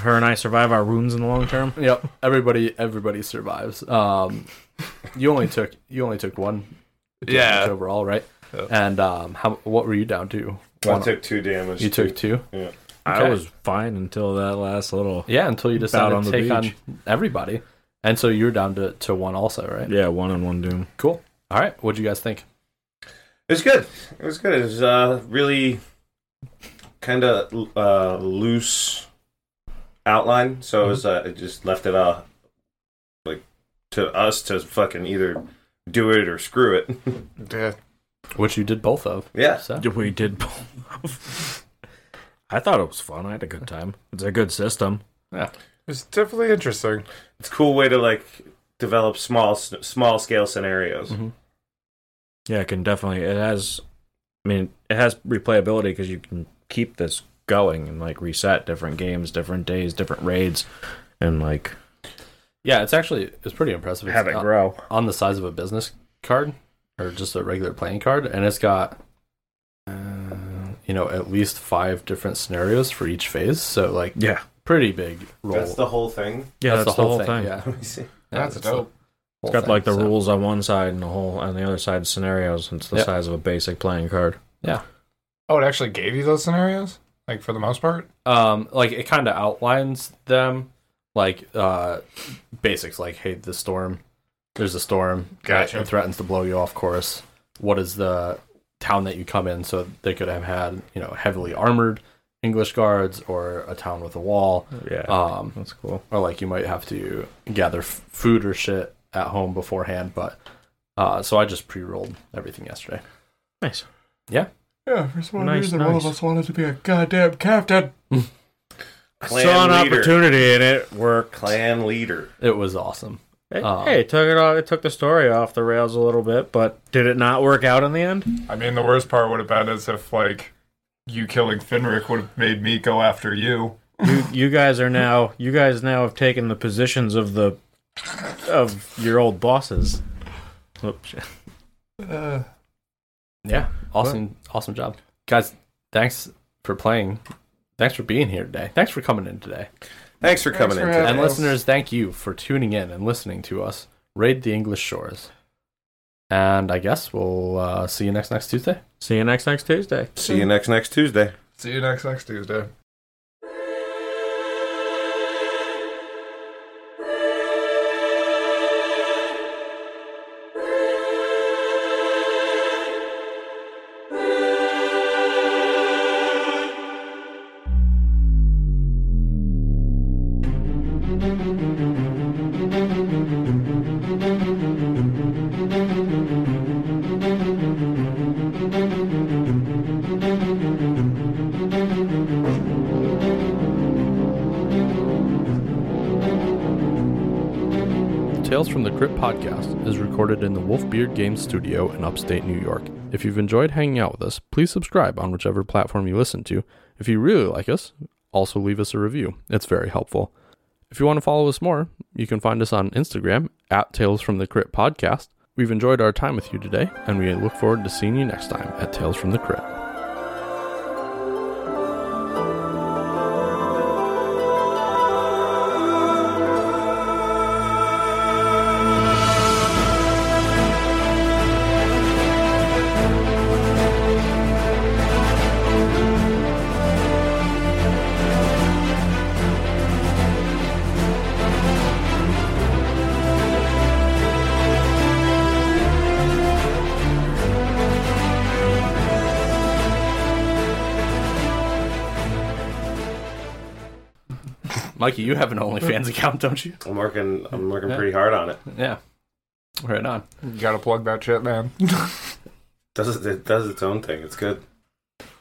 Her and I survive our wounds in the long term.
Yep. Everybody. Everybody survives. Um, you only took. You only took one. damage
Yeah.
Overall, right?
Yeah.
And um, how? What were you down to?
I took two damage.
You took two.
I
Okay.
was fine until that last little.
Yeah, until you decide
on
to
the
take
beach.
on everybody. And so you're down to, to one also, right?
Yeah, one on one doom.
Cool. All right. What'd you guys think?
It was good. It was good. It was uh, really kind of uh, loose outline, so it was
Mm-hmm.
uh, it just left it uh like to us to fucking either do it or screw it.
Yeah.
Which you did both of.
yeah,
So
We did. both. I thought it was fun. I had a good time. It's a good system.
It's definitely interesting.
it's a cool way to like develop small small scale scenarios.
Mm-hmm.
Yeah, it can definitely. It has. I mean, it has replayability because you can keep this going and like reset different games, different days, different raids, and like
yeah, it's actually it's pretty impressive. It's on-
grow.
on the size of a business card or just a regular playing card, and it's got uh, you know at least five different scenarios for each phase. So like
Yeah,
pretty big roll.
That's the whole thing.
yeah, that's, the whole thing.
Yeah,
Let me see.
Yeah,
That's
the
dope.
whole
It's got
thing,
like the
so-
rules on one side and the whole on the other side scenarios. And it's the
Yep.
size of a basic playing card.
Oh, it actually gave you those scenarios? Like for the most part?
um like it kind of outlines them like uh basics like hey the storm there's a storm
Gotcha.
it threatens to blow you off course what is the town that you come in so they could have had you know heavily armored english guards or a town with a wall
Yeah,
um
that's cool.
or like you might have to gather f- food or shit at home beforehand but uh so i just pre-rolled everything yesterday
Nice.
Yeah, for some
Nice, reason, one of nice. us
wanted to be a goddamn captain.
Clan
Saw an
leader.
opportunity and it worked.
Clan leader.
it was awesome
Hey,
Um,
hey, it took it off. It took the story off the rails a little bit, but did it not work out in the end?
I mean, the worst part would have been is if, like, you killing Finric would have made me go after you.
You, you guys are now. You guys now have taken the positions of the of your old bosses. Oops.
Uh,
Yeah, awesome, awesome job, guys. Thanks for playing. Thanks for being here today. Thanks for coming in today.
Thanks for coming
for
in.
having
today.
And
Yes.
listeners, thank you for tuning in and listening to us raid the English shores. And I guess we'll uh, see you next next Tuesday.
See you next next Tuesday.
See you next next Tuesday.
see you next next Tuesday.
Thank you.
Tales from the Crypt podcast is recorded in the Wolfbeard Games studio in upstate New York. If you've enjoyed hanging out with us, please subscribe on whichever platform you listen to. If you really like us, also leave us a review. It's very helpful. If you want to follow us more, you can find us on Instagram at Tales from the Crypt podcast. We've enjoyed our time with you today, and we look forward to seeing you next time at Tales from the Crypt. Mikey, you have an OnlyFans account, don't you?
I'm working. I'm working pretty hard on it.
Yeah. Right on.
You gotta plug that shit, man.
Does it, it does its own thing. It's good.